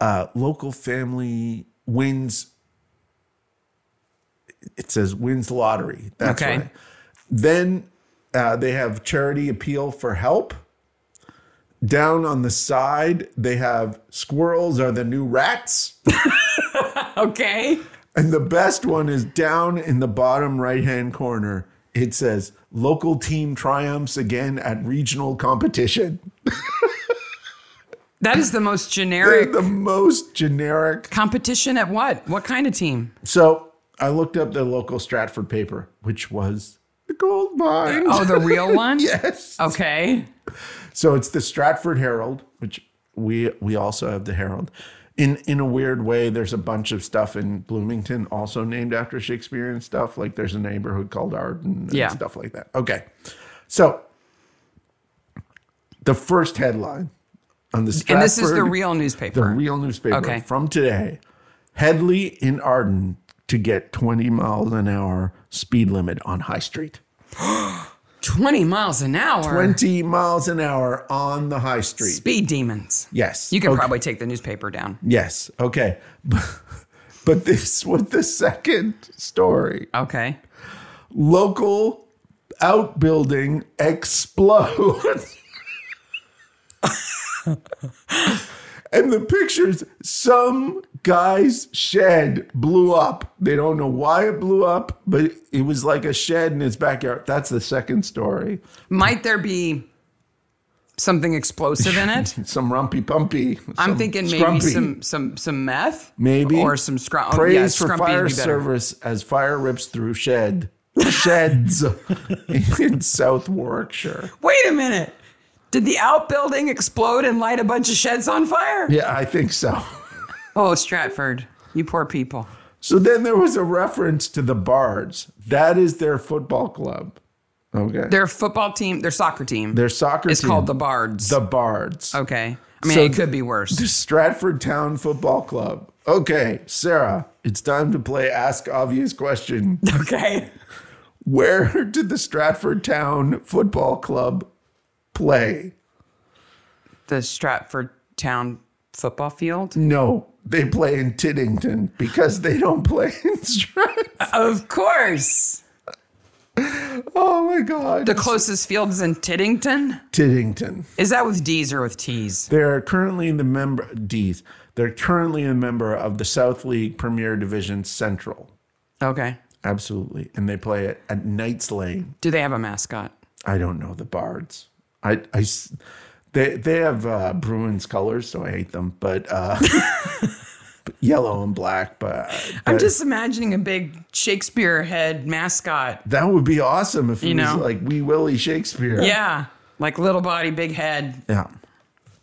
[SPEAKER 2] uh, local family wins. It says wins lottery. That's
[SPEAKER 1] Okay.
[SPEAKER 2] right. Then uh, they have charity appeal for help. Down on the side, they have squirrels are the new rats.
[SPEAKER 1] Okay.
[SPEAKER 2] And the best one is down in the bottom right hand corner. It says local team triumphs again at regional competition.
[SPEAKER 1] That is the most generic
[SPEAKER 2] The most generic.
[SPEAKER 1] competition at what? What kind of team?
[SPEAKER 2] So I looked up the local Stratford paper, which was the gold mine.
[SPEAKER 1] Oh, the real one?
[SPEAKER 2] yes.
[SPEAKER 1] Okay.
[SPEAKER 2] So it's the Stratford Herald, which we we also have the Herald. In in a weird way, there's a bunch of stuff in Bloomington also named after Shakespeare and stuff. Like there's a neighborhood called Arden and
[SPEAKER 1] Yeah.
[SPEAKER 2] stuff like that. Okay. So the first headline on the Stratford,
[SPEAKER 1] And this is the real
[SPEAKER 2] the
[SPEAKER 1] newspaper.
[SPEAKER 2] real newspaper
[SPEAKER 1] Okay.
[SPEAKER 2] from today. Headley in Arden to get 20 miles an hour speed limit on High Street.
[SPEAKER 1] 20 miles an hour.
[SPEAKER 2] 20 miles an hour on the High Street.
[SPEAKER 1] Speed demons.
[SPEAKER 2] Yes.
[SPEAKER 1] You can
[SPEAKER 2] Okay.
[SPEAKER 1] probably take the newspaper down.
[SPEAKER 2] Yes. Okay. But this was the second story.
[SPEAKER 1] Okay.
[SPEAKER 2] Local outbuilding explodes. and the pictures some guy's shed blew up. They don't know why it blew up, but it was like a shed in his backyard. That's the second story.
[SPEAKER 1] Might there be something explosive in it?
[SPEAKER 2] Some rumpy pumpy.
[SPEAKER 1] I'm
[SPEAKER 2] some
[SPEAKER 1] thinking maybe
[SPEAKER 2] scrumpy.
[SPEAKER 1] some some some meth,
[SPEAKER 2] Maybe.
[SPEAKER 1] or some scrum. oh,
[SPEAKER 2] Praise
[SPEAKER 1] yeah,
[SPEAKER 2] for
[SPEAKER 1] scrumpy would
[SPEAKER 2] fire
[SPEAKER 1] be better.
[SPEAKER 2] service as fire rips through shed sheds in South Warwickshire.
[SPEAKER 1] Wait a minute. Did the outbuilding explode and light a bunch of sheds on fire?
[SPEAKER 2] Yeah, I think so.
[SPEAKER 1] Oh, Stratford, you poor people.
[SPEAKER 2] So then there was a reference to the Bards. That is their football club. Okay.
[SPEAKER 1] Their football team, their soccer team,
[SPEAKER 2] Their soccer
[SPEAKER 1] is
[SPEAKER 2] team.
[SPEAKER 1] called the Bards. Oh.
[SPEAKER 2] the Bards.
[SPEAKER 1] okay. I mean,
[SPEAKER 2] So
[SPEAKER 1] it could be worse.
[SPEAKER 2] The Stratford Town Football Club. Okay, Sarah, it's time to play Ask Obvious Question.
[SPEAKER 1] Okay.
[SPEAKER 2] Where did the Stratford Town Football Club play?
[SPEAKER 1] The Stratford Town football field.
[SPEAKER 2] No, they play in Tiddington because they don't play in Stratford.
[SPEAKER 1] Uh, Of course.
[SPEAKER 2] Oh my God.
[SPEAKER 1] The closest field is in Tiddington.
[SPEAKER 2] Tiddington.
[SPEAKER 1] Is that with D's or with T's?
[SPEAKER 2] They're currently the member, D's, they're currently a member of the South League Premier Division Central.
[SPEAKER 1] Okay.
[SPEAKER 2] Absolutely. And they play it at Knights Lane.
[SPEAKER 1] Do they have a mascot?
[SPEAKER 2] I don't know the Bards. I, I s- they, they have uh, Bruins colors, so I hate them, but, uh, but yellow and black, but,
[SPEAKER 1] I'm
[SPEAKER 2] but
[SPEAKER 1] just imagining a big Shakespeare head mascot.
[SPEAKER 2] that would be awesome if it
[SPEAKER 1] You
[SPEAKER 2] was
[SPEAKER 1] know.
[SPEAKER 2] like Wee Willie Shakespeare.
[SPEAKER 1] Yeah, like little body, big head.
[SPEAKER 2] Yeah.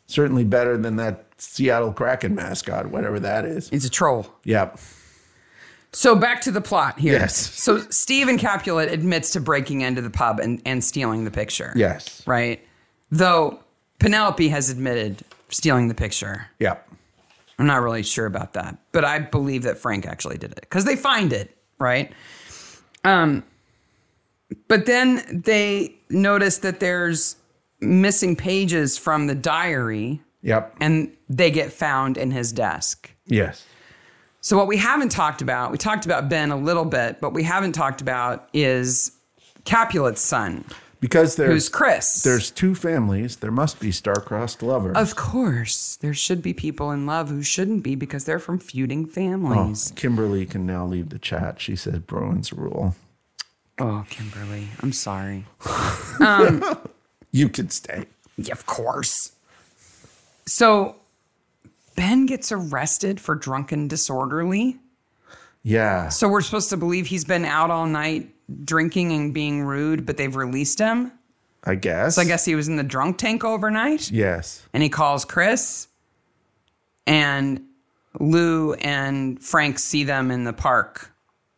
[SPEAKER 2] Certainly better than that Seattle Kraken mascot, whatever that is.
[SPEAKER 1] He's a troll.
[SPEAKER 2] Yep.
[SPEAKER 1] So back to the plot here.
[SPEAKER 2] Yes.
[SPEAKER 1] So Stephen Capulet admits to breaking into the pub and, and stealing the picture.
[SPEAKER 2] Yes.
[SPEAKER 1] Right? Though Penelope has admitted stealing the picture.
[SPEAKER 2] Yep.
[SPEAKER 1] I'm not really sure about that, but I believe that Frank actually did it because they find it, right? Um, but then they notice that there's missing pages from the diary
[SPEAKER 2] Yep.
[SPEAKER 1] and they get found in his desk.
[SPEAKER 2] yes.
[SPEAKER 1] So what we haven't talked about, we talked about Ben a little bit, but we haven't talked about is Capulet's son,
[SPEAKER 2] Because
[SPEAKER 1] who's
[SPEAKER 2] there's
[SPEAKER 1] Chris.
[SPEAKER 2] there's two families, there must be star-crossed lovers.
[SPEAKER 1] of course, there should be people in love who shouldn't be because they're from feuding families.
[SPEAKER 2] Oh, Kimberly can now leave the chat. She said Bruins rule.
[SPEAKER 1] Oh, Kimberly, I'm sorry.
[SPEAKER 2] You can stay.
[SPEAKER 1] Yeah, of course. So Ben gets arrested for drunken disorderly.
[SPEAKER 2] Yeah.
[SPEAKER 1] So we're supposed to believe he's been out all night drinking and being rude, but they've released him.
[SPEAKER 2] I guess.
[SPEAKER 1] So I guess he was in the drunk tank overnight.
[SPEAKER 2] Yes.
[SPEAKER 1] and he calls Chris and Lou and Frank see them in the park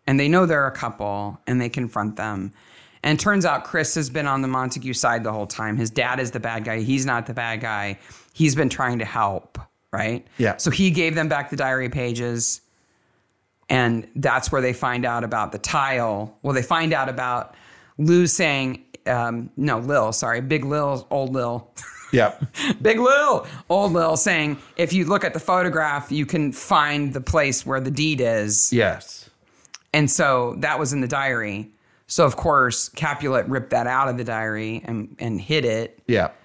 [SPEAKER 1] and they know they're a couple and they confront them. And turns out Chris has been on the Montague side the whole time. His dad is the bad guy. He's not the bad guy. He's been trying to help, right?
[SPEAKER 2] Yeah.
[SPEAKER 1] So he gave them back the diary pages. And that's where they find out about the tile. Well, they find out about Lou saying, um, no, Lil, sorry, Big Lil, old Lil.
[SPEAKER 2] Yep.
[SPEAKER 1] Big Lil, old Lil, saying if you look at the photograph, you can find the place where the deed is.
[SPEAKER 2] yes.
[SPEAKER 1] And so that was in the diary. So of course Capulet ripped that out of the diary and and hid it,
[SPEAKER 2] Yep.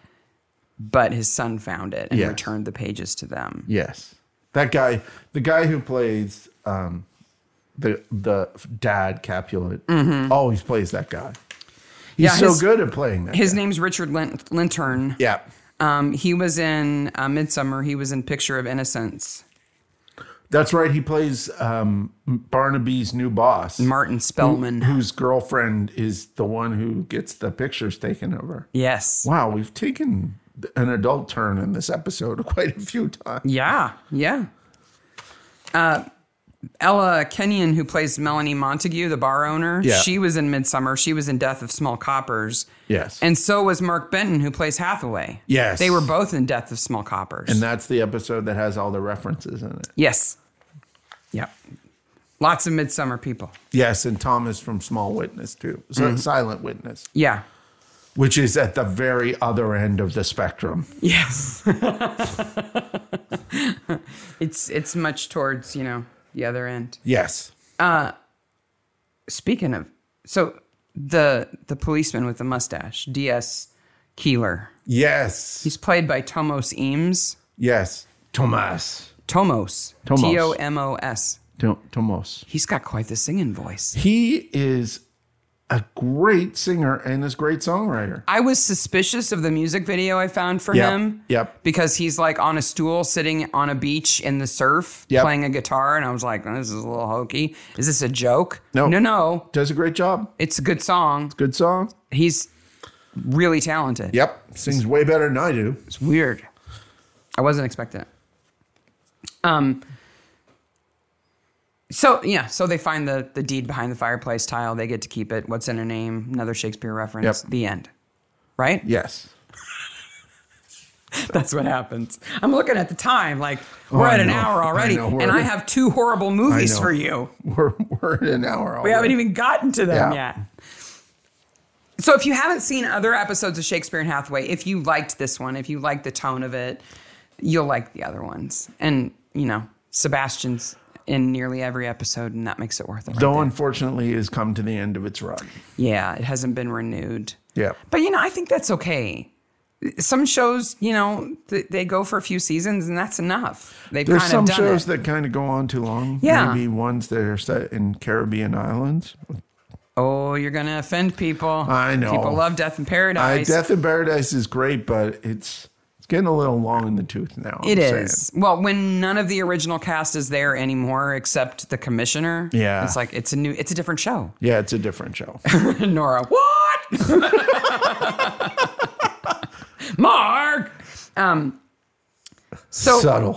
[SPEAKER 1] but his son found it and
[SPEAKER 2] Yes.
[SPEAKER 1] returned the pages to them.
[SPEAKER 2] Yes. That guy, the guy who plays um, the the dad Capulet,
[SPEAKER 1] Mm-hmm.
[SPEAKER 2] always plays that guy. He's
[SPEAKER 1] Yeah,
[SPEAKER 2] so
[SPEAKER 1] his-
[SPEAKER 2] good at playing that.
[SPEAKER 1] His
[SPEAKER 2] guy.
[SPEAKER 1] name's Richard Lin- Lintern.
[SPEAKER 2] Yeah.
[SPEAKER 1] Um, he was in uh, Midsummer. He was in Picture of Innocence.
[SPEAKER 2] That's right. He plays um, Barnaby's new boss,
[SPEAKER 1] Martin Spellman.
[SPEAKER 2] whose girlfriend is the one who gets the pictures taken of her.
[SPEAKER 1] yes.
[SPEAKER 2] Wow, we've taken an adult turn in this episode quite a few times.
[SPEAKER 1] Yeah, yeah. Uh, Ella Kenyon, who plays Melanie Montague, the bar owner,
[SPEAKER 2] Yeah.
[SPEAKER 1] she was in Midsummer. She was in Death of Small Coppers.
[SPEAKER 2] Yes.
[SPEAKER 1] And so was Mark Benton, who plays Hathaway.
[SPEAKER 2] Yes.
[SPEAKER 1] They were both in Death of Small Coppers.
[SPEAKER 2] And that's the episode that has all the references in it.
[SPEAKER 1] yes. Yep. Lots of Midsummer people.
[SPEAKER 2] Yes, and Tom is from Small Witness too. So
[SPEAKER 1] Mm-hmm.
[SPEAKER 2] Silent Witness,
[SPEAKER 1] Yeah.
[SPEAKER 2] which is at the very other end of the spectrum.
[SPEAKER 1] Yes. it's it's much towards, you know, the other end.
[SPEAKER 2] Yes.
[SPEAKER 1] Speaking of, so the the policeman with the mustache, D.S. Keeler,
[SPEAKER 2] Yes.
[SPEAKER 1] he's played by Tomos Eames.
[SPEAKER 2] yes. Tomas.
[SPEAKER 1] Tomos,
[SPEAKER 2] Tomos.
[SPEAKER 1] T O M O S.
[SPEAKER 2] To- Tomos.
[SPEAKER 1] He's got quite the singing voice.
[SPEAKER 2] He is a great singer and is a great songwriter.
[SPEAKER 1] I was suspicious of the music video I found for
[SPEAKER 2] Yep,
[SPEAKER 1] him.
[SPEAKER 2] yep.
[SPEAKER 1] Because he's like on a stool sitting on a beach in the surf
[SPEAKER 2] Yep.
[SPEAKER 1] playing a guitar. And I was like, this is a little hokey. Is this a joke?
[SPEAKER 2] No.
[SPEAKER 1] No, no.
[SPEAKER 2] Does a great job.
[SPEAKER 1] It's a good song.
[SPEAKER 2] Good song.
[SPEAKER 1] He's really talented.
[SPEAKER 2] Yep. Sings way better than I do.
[SPEAKER 1] It's weird. I wasn't expecting it. Um. So yeah, so they find the the deed behind the fireplace tile. They get to keep it. What's in a name? Another Shakespeare reference.
[SPEAKER 2] Yep.
[SPEAKER 1] The end. Right.
[SPEAKER 2] Yes.
[SPEAKER 1] That's what happens. I'm looking at the time. Like we're
[SPEAKER 2] Oh, I
[SPEAKER 1] at an
[SPEAKER 2] know.
[SPEAKER 1] hour
[SPEAKER 2] I
[SPEAKER 1] already,
[SPEAKER 2] know.
[SPEAKER 1] and
[SPEAKER 2] We're-
[SPEAKER 1] I have two horrible movies
[SPEAKER 2] know.
[SPEAKER 1] for you.
[SPEAKER 2] We're, we're in an hour already.
[SPEAKER 1] We haven't even gotten to them
[SPEAKER 2] Yeah.
[SPEAKER 1] yet. So if you haven't seen other episodes of Shakespeare and Hathaway, if you liked this one, if you liked the tone of it, you'll like the other ones. And, you know, Sebastian's in nearly every episode and that makes it worth it. right
[SPEAKER 2] Though
[SPEAKER 1] there.
[SPEAKER 2] unfortunately it has come to the end of its run.
[SPEAKER 1] Yeah, it hasn't been renewed.
[SPEAKER 2] Yeah.
[SPEAKER 1] But you know, I think that's okay. Some shows, you know, th- they go for a few seasons and that's enough. They've
[SPEAKER 2] There's
[SPEAKER 1] kind
[SPEAKER 2] some
[SPEAKER 1] of done
[SPEAKER 2] shows
[SPEAKER 1] it.
[SPEAKER 2] that kind of go on too long.
[SPEAKER 1] Yeah.
[SPEAKER 2] Maybe ones that are set in Caribbean islands.
[SPEAKER 1] oh, you're going to offend people.
[SPEAKER 2] I know.
[SPEAKER 1] People love Death in
[SPEAKER 2] I,
[SPEAKER 1] Paradise.
[SPEAKER 2] Death in Paradise is great, but it's it's getting a little long in the tooth now.
[SPEAKER 1] It is Well, when none of the original cast is there anymore except the commissioner.
[SPEAKER 2] Yeah.
[SPEAKER 1] It's like it's a new it's a different show.
[SPEAKER 2] Yeah, it's a different show.
[SPEAKER 1] Nora, what? Mark. Um so
[SPEAKER 2] Subtle.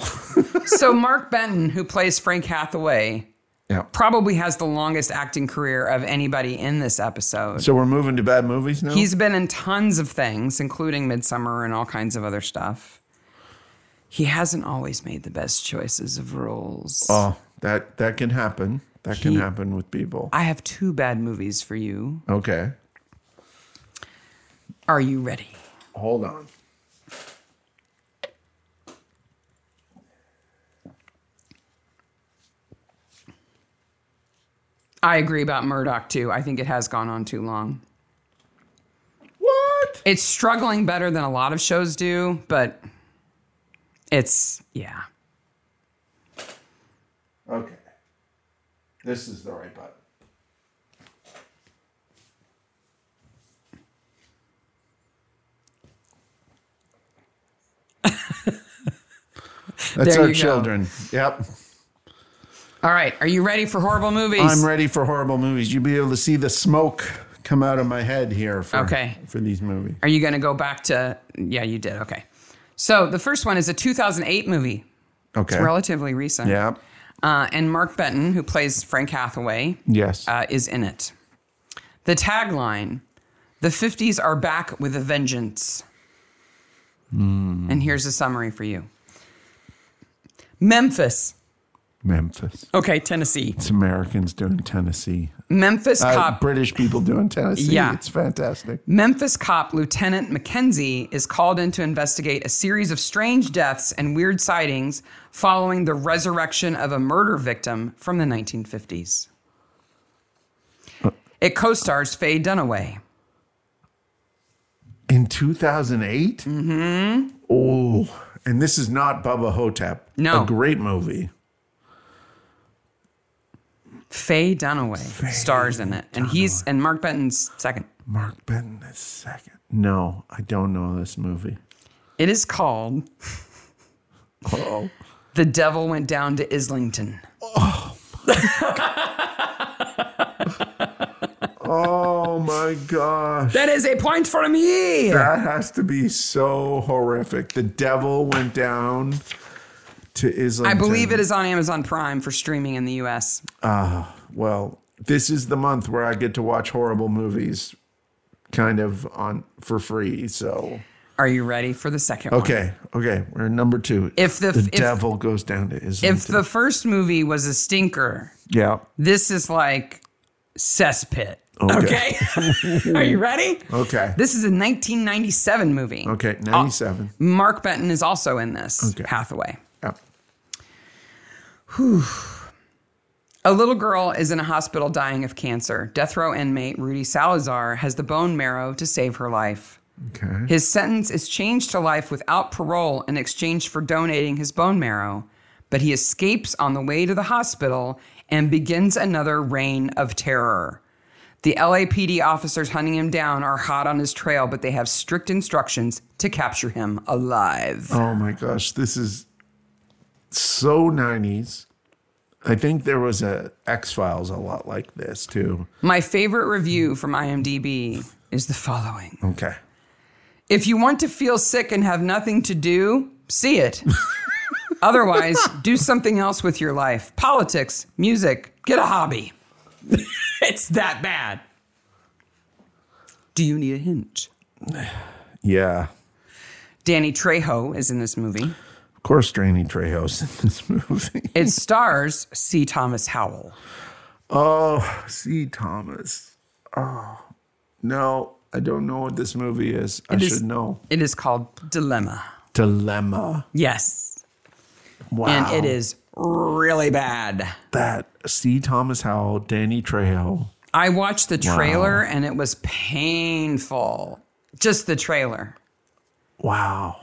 [SPEAKER 1] so Mark Benton, who plays Frank Hathaway,
[SPEAKER 2] yeah.
[SPEAKER 1] probably has the longest acting career of anybody in this episode.
[SPEAKER 2] So we're moving to bad movies now.
[SPEAKER 1] He's been in tons of things, including Midsummer and all kinds of other stuff. He hasn't always made the best choices of roles.
[SPEAKER 2] oh, that that can happen. That can
[SPEAKER 1] He-
[SPEAKER 2] happen with people.
[SPEAKER 1] I have two bad movies for you.
[SPEAKER 2] Okay.
[SPEAKER 1] Are you ready?
[SPEAKER 2] Hold on.
[SPEAKER 1] I agree about Murdoch too. I think it has gone on too long.
[SPEAKER 2] What?
[SPEAKER 1] It's struggling better than a lot of shows do, but it's yeah.
[SPEAKER 2] Okay. This is the right button. That's
[SPEAKER 1] There
[SPEAKER 2] our
[SPEAKER 1] you go.
[SPEAKER 2] children. Yep.
[SPEAKER 1] All right, are you ready for horrible movies?
[SPEAKER 2] I'm ready for horrible movies. You'll be able to see the smoke come out of my head here for,
[SPEAKER 1] Okay.
[SPEAKER 2] for these movies.
[SPEAKER 1] Are you going to go back to? Yeah, you did. Okay. So the first one is a 2008 movie,
[SPEAKER 2] Okay.
[SPEAKER 1] relatively recent.
[SPEAKER 2] Yep.
[SPEAKER 1] Uh, and Mark Benton, who plays Frank Hathaway,
[SPEAKER 2] Yes.
[SPEAKER 1] uh, is in it. The tagline The 50s are back with a vengeance. And here's a summary for you Memphis.
[SPEAKER 2] Memphis.
[SPEAKER 1] Okay, Tennessee.
[SPEAKER 2] It's Americans doing Tennessee.
[SPEAKER 1] Memphis
[SPEAKER 2] Uh,
[SPEAKER 1] cop.
[SPEAKER 2] British people doing Tennessee.
[SPEAKER 1] Yeah.
[SPEAKER 2] It's fantastic.
[SPEAKER 1] Memphis cop Lieutenant McKenzie is called in to investigate a series of strange deaths and weird sightings following the resurrection of a murder victim from the 1950s. It co stars Faye Dunaway.
[SPEAKER 2] In 2008? Mm-hmm. Oh, and this is not Bubba Hotep.
[SPEAKER 1] No.
[SPEAKER 2] A great movie.
[SPEAKER 1] Faye Dunaway stars in it, and he's and Mark Benton's second.
[SPEAKER 2] Mark Benton is second. No, I don't know this movie.
[SPEAKER 1] It is called
[SPEAKER 2] Oh.
[SPEAKER 1] "The Devil Went Down to Islington."
[SPEAKER 2] oh my gosh.
[SPEAKER 1] That is a point for me.
[SPEAKER 2] That has to be so horrific. The devil went down to Islam.
[SPEAKER 1] I believe it is on Amazon Prime for streaming in the U.S.
[SPEAKER 2] Uh, Well, this is the month where I get to watch horrible movies kind of on for free. So
[SPEAKER 1] Are you ready for the second one?
[SPEAKER 2] Okay, okay, we're number two.
[SPEAKER 1] If the- if-
[SPEAKER 2] devil goes down to Islam,
[SPEAKER 1] If the first movie was a stinker,
[SPEAKER 2] yeah,
[SPEAKER 1] this is like cesspit. Okay.
[SPEAKER 2] Okay.
[SPEAKER 1] Are you ready?
[SPEAKER 2] okay,
[SPEAKER 1] This uh, is a 1997 movie.
[SPEAKER 2] okay, ninety-seven.
[SPEAKER 1] Mark Benton is also in this.
[SPEAKER 2] Okay.
[SPEAKER 1] Hathaway.
[SPEAKER 2] Yeah.
[SPEAKER 1] A little girl is in a hospital dying of cancer. Death row inmate Rudy Salazar has the bone marrow to save her life.
[SPEAKER 2] Okay.
[SPEAKER 1] His sentence is changed to life without parole in exchange for donating his bone marrow, but he escapes on the way to the hospital and begins another reign of terror. The LAPD officers hunting him down are hot on his trail, but they have strict instructions to capture him alive.
[SPEAKER 2] Oh my gosh, this is so nineties. I think there was a X Files a lot like this too.
[SPEAKER 1] My favorite review from IMDb is the following.
[SPEAKER 2] Okay.
[SPEAKER 1] If you want to feel sick and have nothing to do, see it. Otherwise, do something else with your life politics, music, get a hobby. it's that bad. Do you need a hint?
[SPEAKER 2] Yeah.
[SPEAKER 1] Danny Trejo is in this movie.
[SPEAKER 2] Of course, Drainy Trejo's in this movie.
[SPEAKER 1] It stars C. Thomas Howell.
[SPEAKER 2] Oh, see, Thomas. Oh, no, I don't know what this movie is. I
[SPEAKER 1] is-
[SPEAKER 2] should know.
[SPEAKER 1] It is called Dilemma.
[SPEAKER 2] Dilemma.
[SPEAKER 1] Yes.
[SPEAKER 2] Wow.
[SPEAKER 1] And it is really bad.
[SPEAKER 2] that C. Thomas Howell, Danny Trejo.
[SPEAKER 1] I watched the trailer and it was painful. Just the trailer.
[SPEAKER 2] Wow.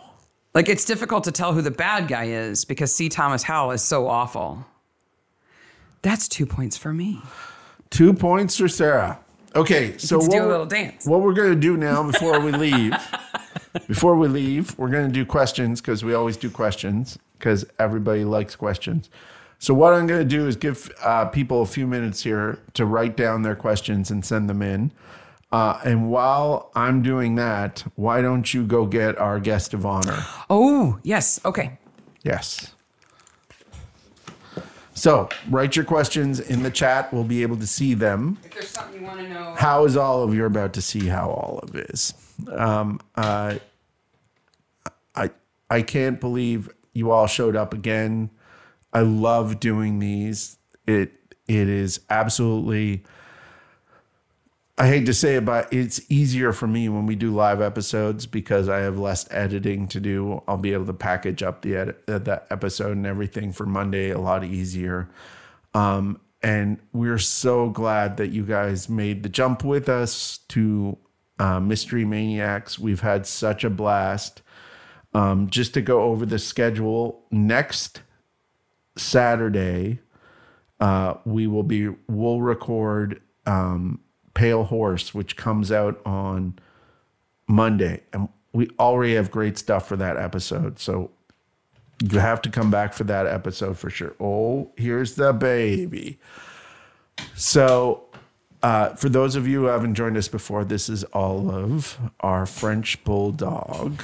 [SPEAKER 1] Like it's difficult to tell who the bad guy is because C. Thomas Howell is so awful. That's two points for me.
[SPEAKER 2] Two points for Sarah. Okay, so
[SPEAKER 1] Let's
[SPEAKER 2] what
[SPEAKER 1] do a
[SPEAKER 2] we're-
[SPEAKER 1] little dance.
[SPEAKER 2] What we're gonna do now before we leave Before we leave, we're going to do questions because we always do questions because everybody likes questions. So, what I'm going to do is give uh, people a few minutes here to write down their questions and send them in. Uh, and while I'm doing that, why don't you go get our guest of honor?
[SPEAKER 1] Oh, yes. Okay.
[SPEAKER 2] Yes. So, write your questions in the chat. We'll be able to see them.
[SPEAKER 1] If there's something you want to know.
[SPEAKER 2] How is Olive? You're about to see how Olive is. Um, uh, I I can't believe you all showed up again. I love doing these. It it is absolutely. I hate to say it, but it's easier for me when we do live episodes because I have less editing to do. I'll be able to package up the edit, uh, the episode and everything for Monday a lot easier. Um, and we're so glad that you guys made the jump with us to uh, Mystery Maniacs. We've had such a blast. Um, just to go over the schedule, next Saturday, uh, we will be we'll record um, Pale Horse, which comes out on Monday, and we already have great stuff for that episode. So you have to come back for that episode for sure. Oh, here's the baby. So. Uh, for those of you who haven't joined us before, this is Olive, our French bulldog.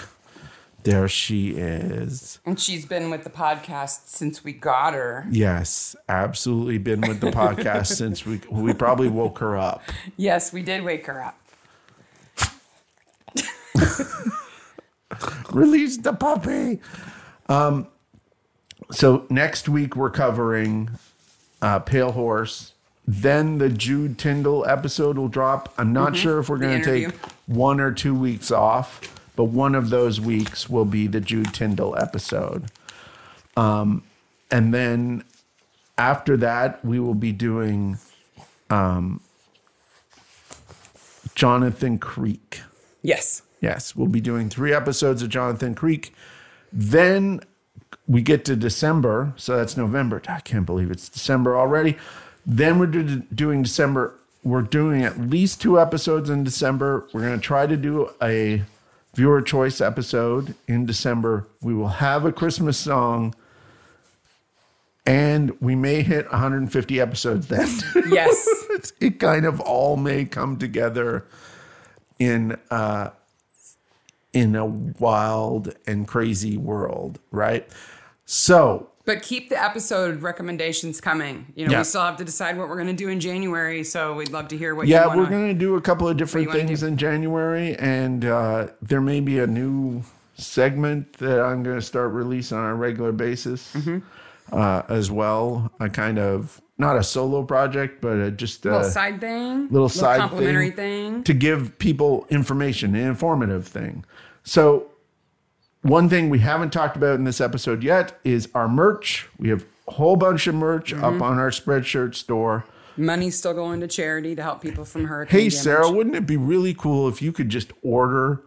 [SPEAKER 2] There she is.
[SPEAKER 1] And she's been with the podcast since we got her.
[SPEAKER 2] Yes, absolutely been with the podcast since we we probably woke her up.
[SPEAKER 1] Yes, we did wake her up.
[SPEAKER 2] Release the puppy. Um, so next week we're covering uh, Pale Horse. Then the Jude Tyndall episode will drop. I'm not mm-hmm. sure if we're going to take one or two weeks off but one of those weeks will be the Jude Tyndall episode. Um, and then after that, we will be doing um, Jonathan Creek.
[SPEAKER 1] Yes.
[SPEAKER 2] Yes, we'll be doing three episodes of Jonathan Creek. Then we get to December. So that's November. I can't believe it's December already. Then we're doing December. We're doing at least two episodes in December. We're going to try to do a viewer choice episode in December. We will have a Christmas song. And we may hit 150 episodes then.
[SPEAKER 1] Yes.
[SPEAKER 2] it kind of all may come together in uh, in a wild and crazy world, right? So
[SPEAKER 1] but keep the episode recommendations coming. You know, yeah. we still have to decide what we're going to do in January, so we'd love to hear what.
[SPEAKER 2] Yeah,
[SPEAKER 1] you wanna,
[SPEAKER 2] we're going to do a couple of different things in January, and uh, there may be a new segment that I'm going to start releasing on a regular basis mm-hmm. uh, as well. A kind of not a solo project, but a, just a
[SPEAKER 1] little side thing,
[SPEAKER 2] little, little side
[SPEAKER 1] complimentary thing, thing
[SPEAKER 2] to give people information, an informative thing. So one thing we haven't talked about in this episode yet is our merch. We have a whole bunch of merch mm-hmm. up on our Spreadshirt store.
[SPEAKER 1] Money's still going to charity to help people from hurricane.
[SPEAKER 2] Hey,
[SPEAKER 1] damage.
[SPEAKER 2] Sarah, wouldn't it be really cool if you could just order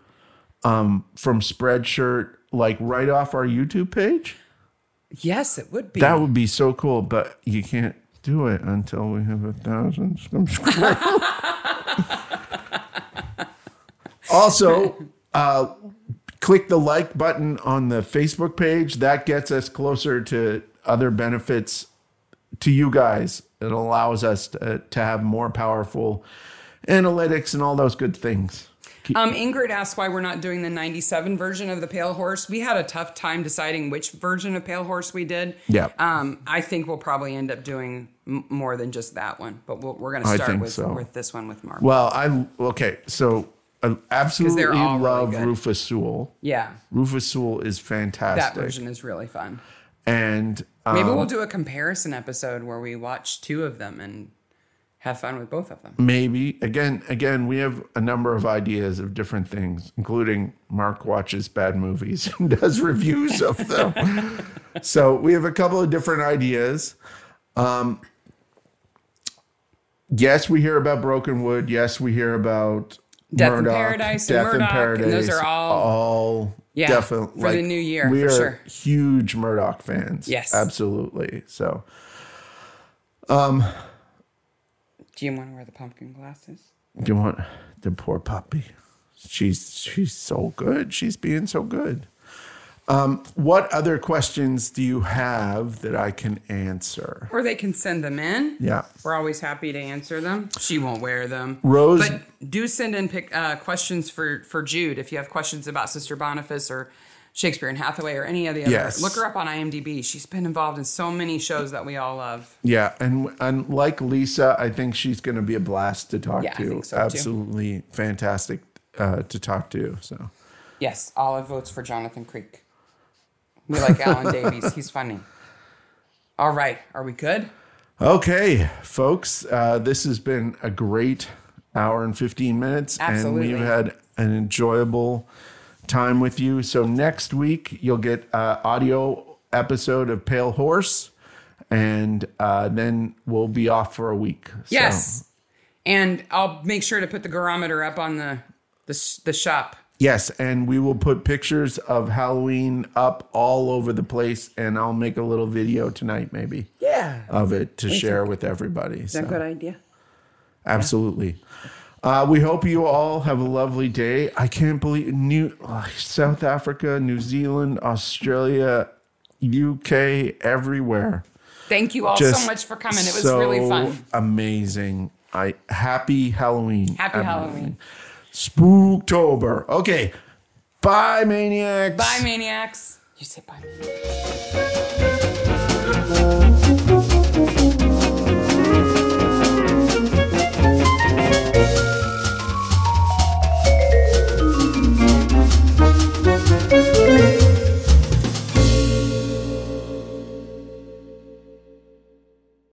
[SPEAKER 2] um, from Spreadshirt, like right off our YouTube page?
[SPEAKER 1] Yes, it would be.
[SPEAKER 2] That would be so cool, but you can't do it until we have a thousand subscribers. also, uh, click the like button on the Facebook page. That gets us closer to other benefits to you guys. It allows us to, to have more powerful analytics and all those good things.
[SPEAKER 1] Um, Ingrid asked why we're not doing the 97 version of the Pale Horse. We had a tough time deciding which version of Pale Horse we did.
[SPEAKER 2] Yeah.
[SPEAKER 1] Um, I think we'll probably end up doing m- more than just that one, but we we'll, are going to start with, so. with this one with Mark.
[SPEAKER 2] Well, I, okay. So I absolutely love really Rufus Sewell.
[SPEAKER 1] Yeah.
[SPEAKER 2] Rufus Sewell is fantastic.
[SPEAKER 1] That version is really fun.
[SPEAKER 2] And uh,
[SPEAKER 1] um, maybe we'll do a comparison episode where we watch two of them and have fun with both of them.
[SPEAKER 2] Maybe. Again, again, we have a number of ideas of different things, including Mark watches bad movies and does reviews of them. so we have a couple of different ideas. Um, yes, we hear about Broken Wood. Yes, we hear about
[SPEAKER 1] Death Murdoch, in Paradise,
[SPEAKER 2] Death
[SPEAKER 1] and Murdoch,
[SPEAKER 2] in Paradise,
[SPEAKER 1] and those are all
[SPEAKER 2] all
[SPEAKER 1] yeah,
[SPEAKER 2] definitely
[SPEAKER 1] for
[SPEAKER 2] like,
[SPEAKER 1] the new year.
[SPEAKER 2] We
[SPEAKER 1] for
[SPEAKER 2] are
[SPEAKER 1] sure.
[SPEAKER 2] huge Murdoch fans.
[SPEAKER 1] Yes,
[SPEAKER 2] absolutely. So, um,
[SPEAKER 1] do you want to wear the pumpkin glasses?
[SPEAKER 2] Do you want the poor puppy? she's she's so good. She's being so good. Um, what other questions do you have that I can answer?
[SPEAKER 1] Or they can send them in.
[SPEAKER 2] Yeah.
[SPEAKER 1] We're always happy to answer them. She won't wear them.
[SPEAKER 2] Rose-
[SPEAKER 1] But do send in pick, uh, questions for, for Jude if you have questions about Sister Boniface or Shakespeare and Hathaway or any of the other.
[SPEAKER 2] Yes.
[SPEAKER 1] Look her up on IMDb. She's been involved in so many shows that we all love.
[SPEAKER 2] Yeah, and and like Lisa, I think she's going to be a blast to talk
[SPEAKER 1] Yeah, I
[SPEAKER 2] to.
[SPEAKER 1] think so, too.
[SPEAKER 2] Absolutely fantastic uh, to talk to. So
[SPEAKER 1] Yes, Olive votes for Jonathan Creek. We like Alan Davies. He's funny. All right. Are we good?
[SPEAKER 2] Okay, folks, uh, this has been a great hour and 15 minutes.
[SPEAKER 1] Absolutely.
[SPEAKER 2] And we've had an enjoyable time with you. So next week, you'll get uh, audio episode of Pale Horse, and uh, then we'll be off for a week. So,
[SPEAKER 1] Yes. And I'll make sure to put the garometer up on the the, s- the shop.
[SPEAKER 2] yes. And we will put pictures of Halloween up all over the place, and I'll make a little video tonight, maybe.
[SPEAKER 1] Yeah.
[SPEAKER 2] Of it to share with everybody. so.
[SPEAKER 1] idea?
[SPEAKER 2] Absolutely. Uh, we hope you all have a lovely day. I can't believe New ugh, South Africa, New Zealand, Australia, UK, everywhere.
[SPEAKER 1] Thank you all
[SPEAKER 2] Just
[SPEAKER 1] so much for coming. It was
[SPEAKER 2] so
[SPEAKER 1] really fun.
[SPEAKER 2] Amazing. I happy Halloween.
[SPEAKER 1] Happy Halloween.
[SPEAKER 2] Spooktober. Okay. Bye, maniacs.
[SPEAKER 1] Bye, maniacs. You say bye. maniacs.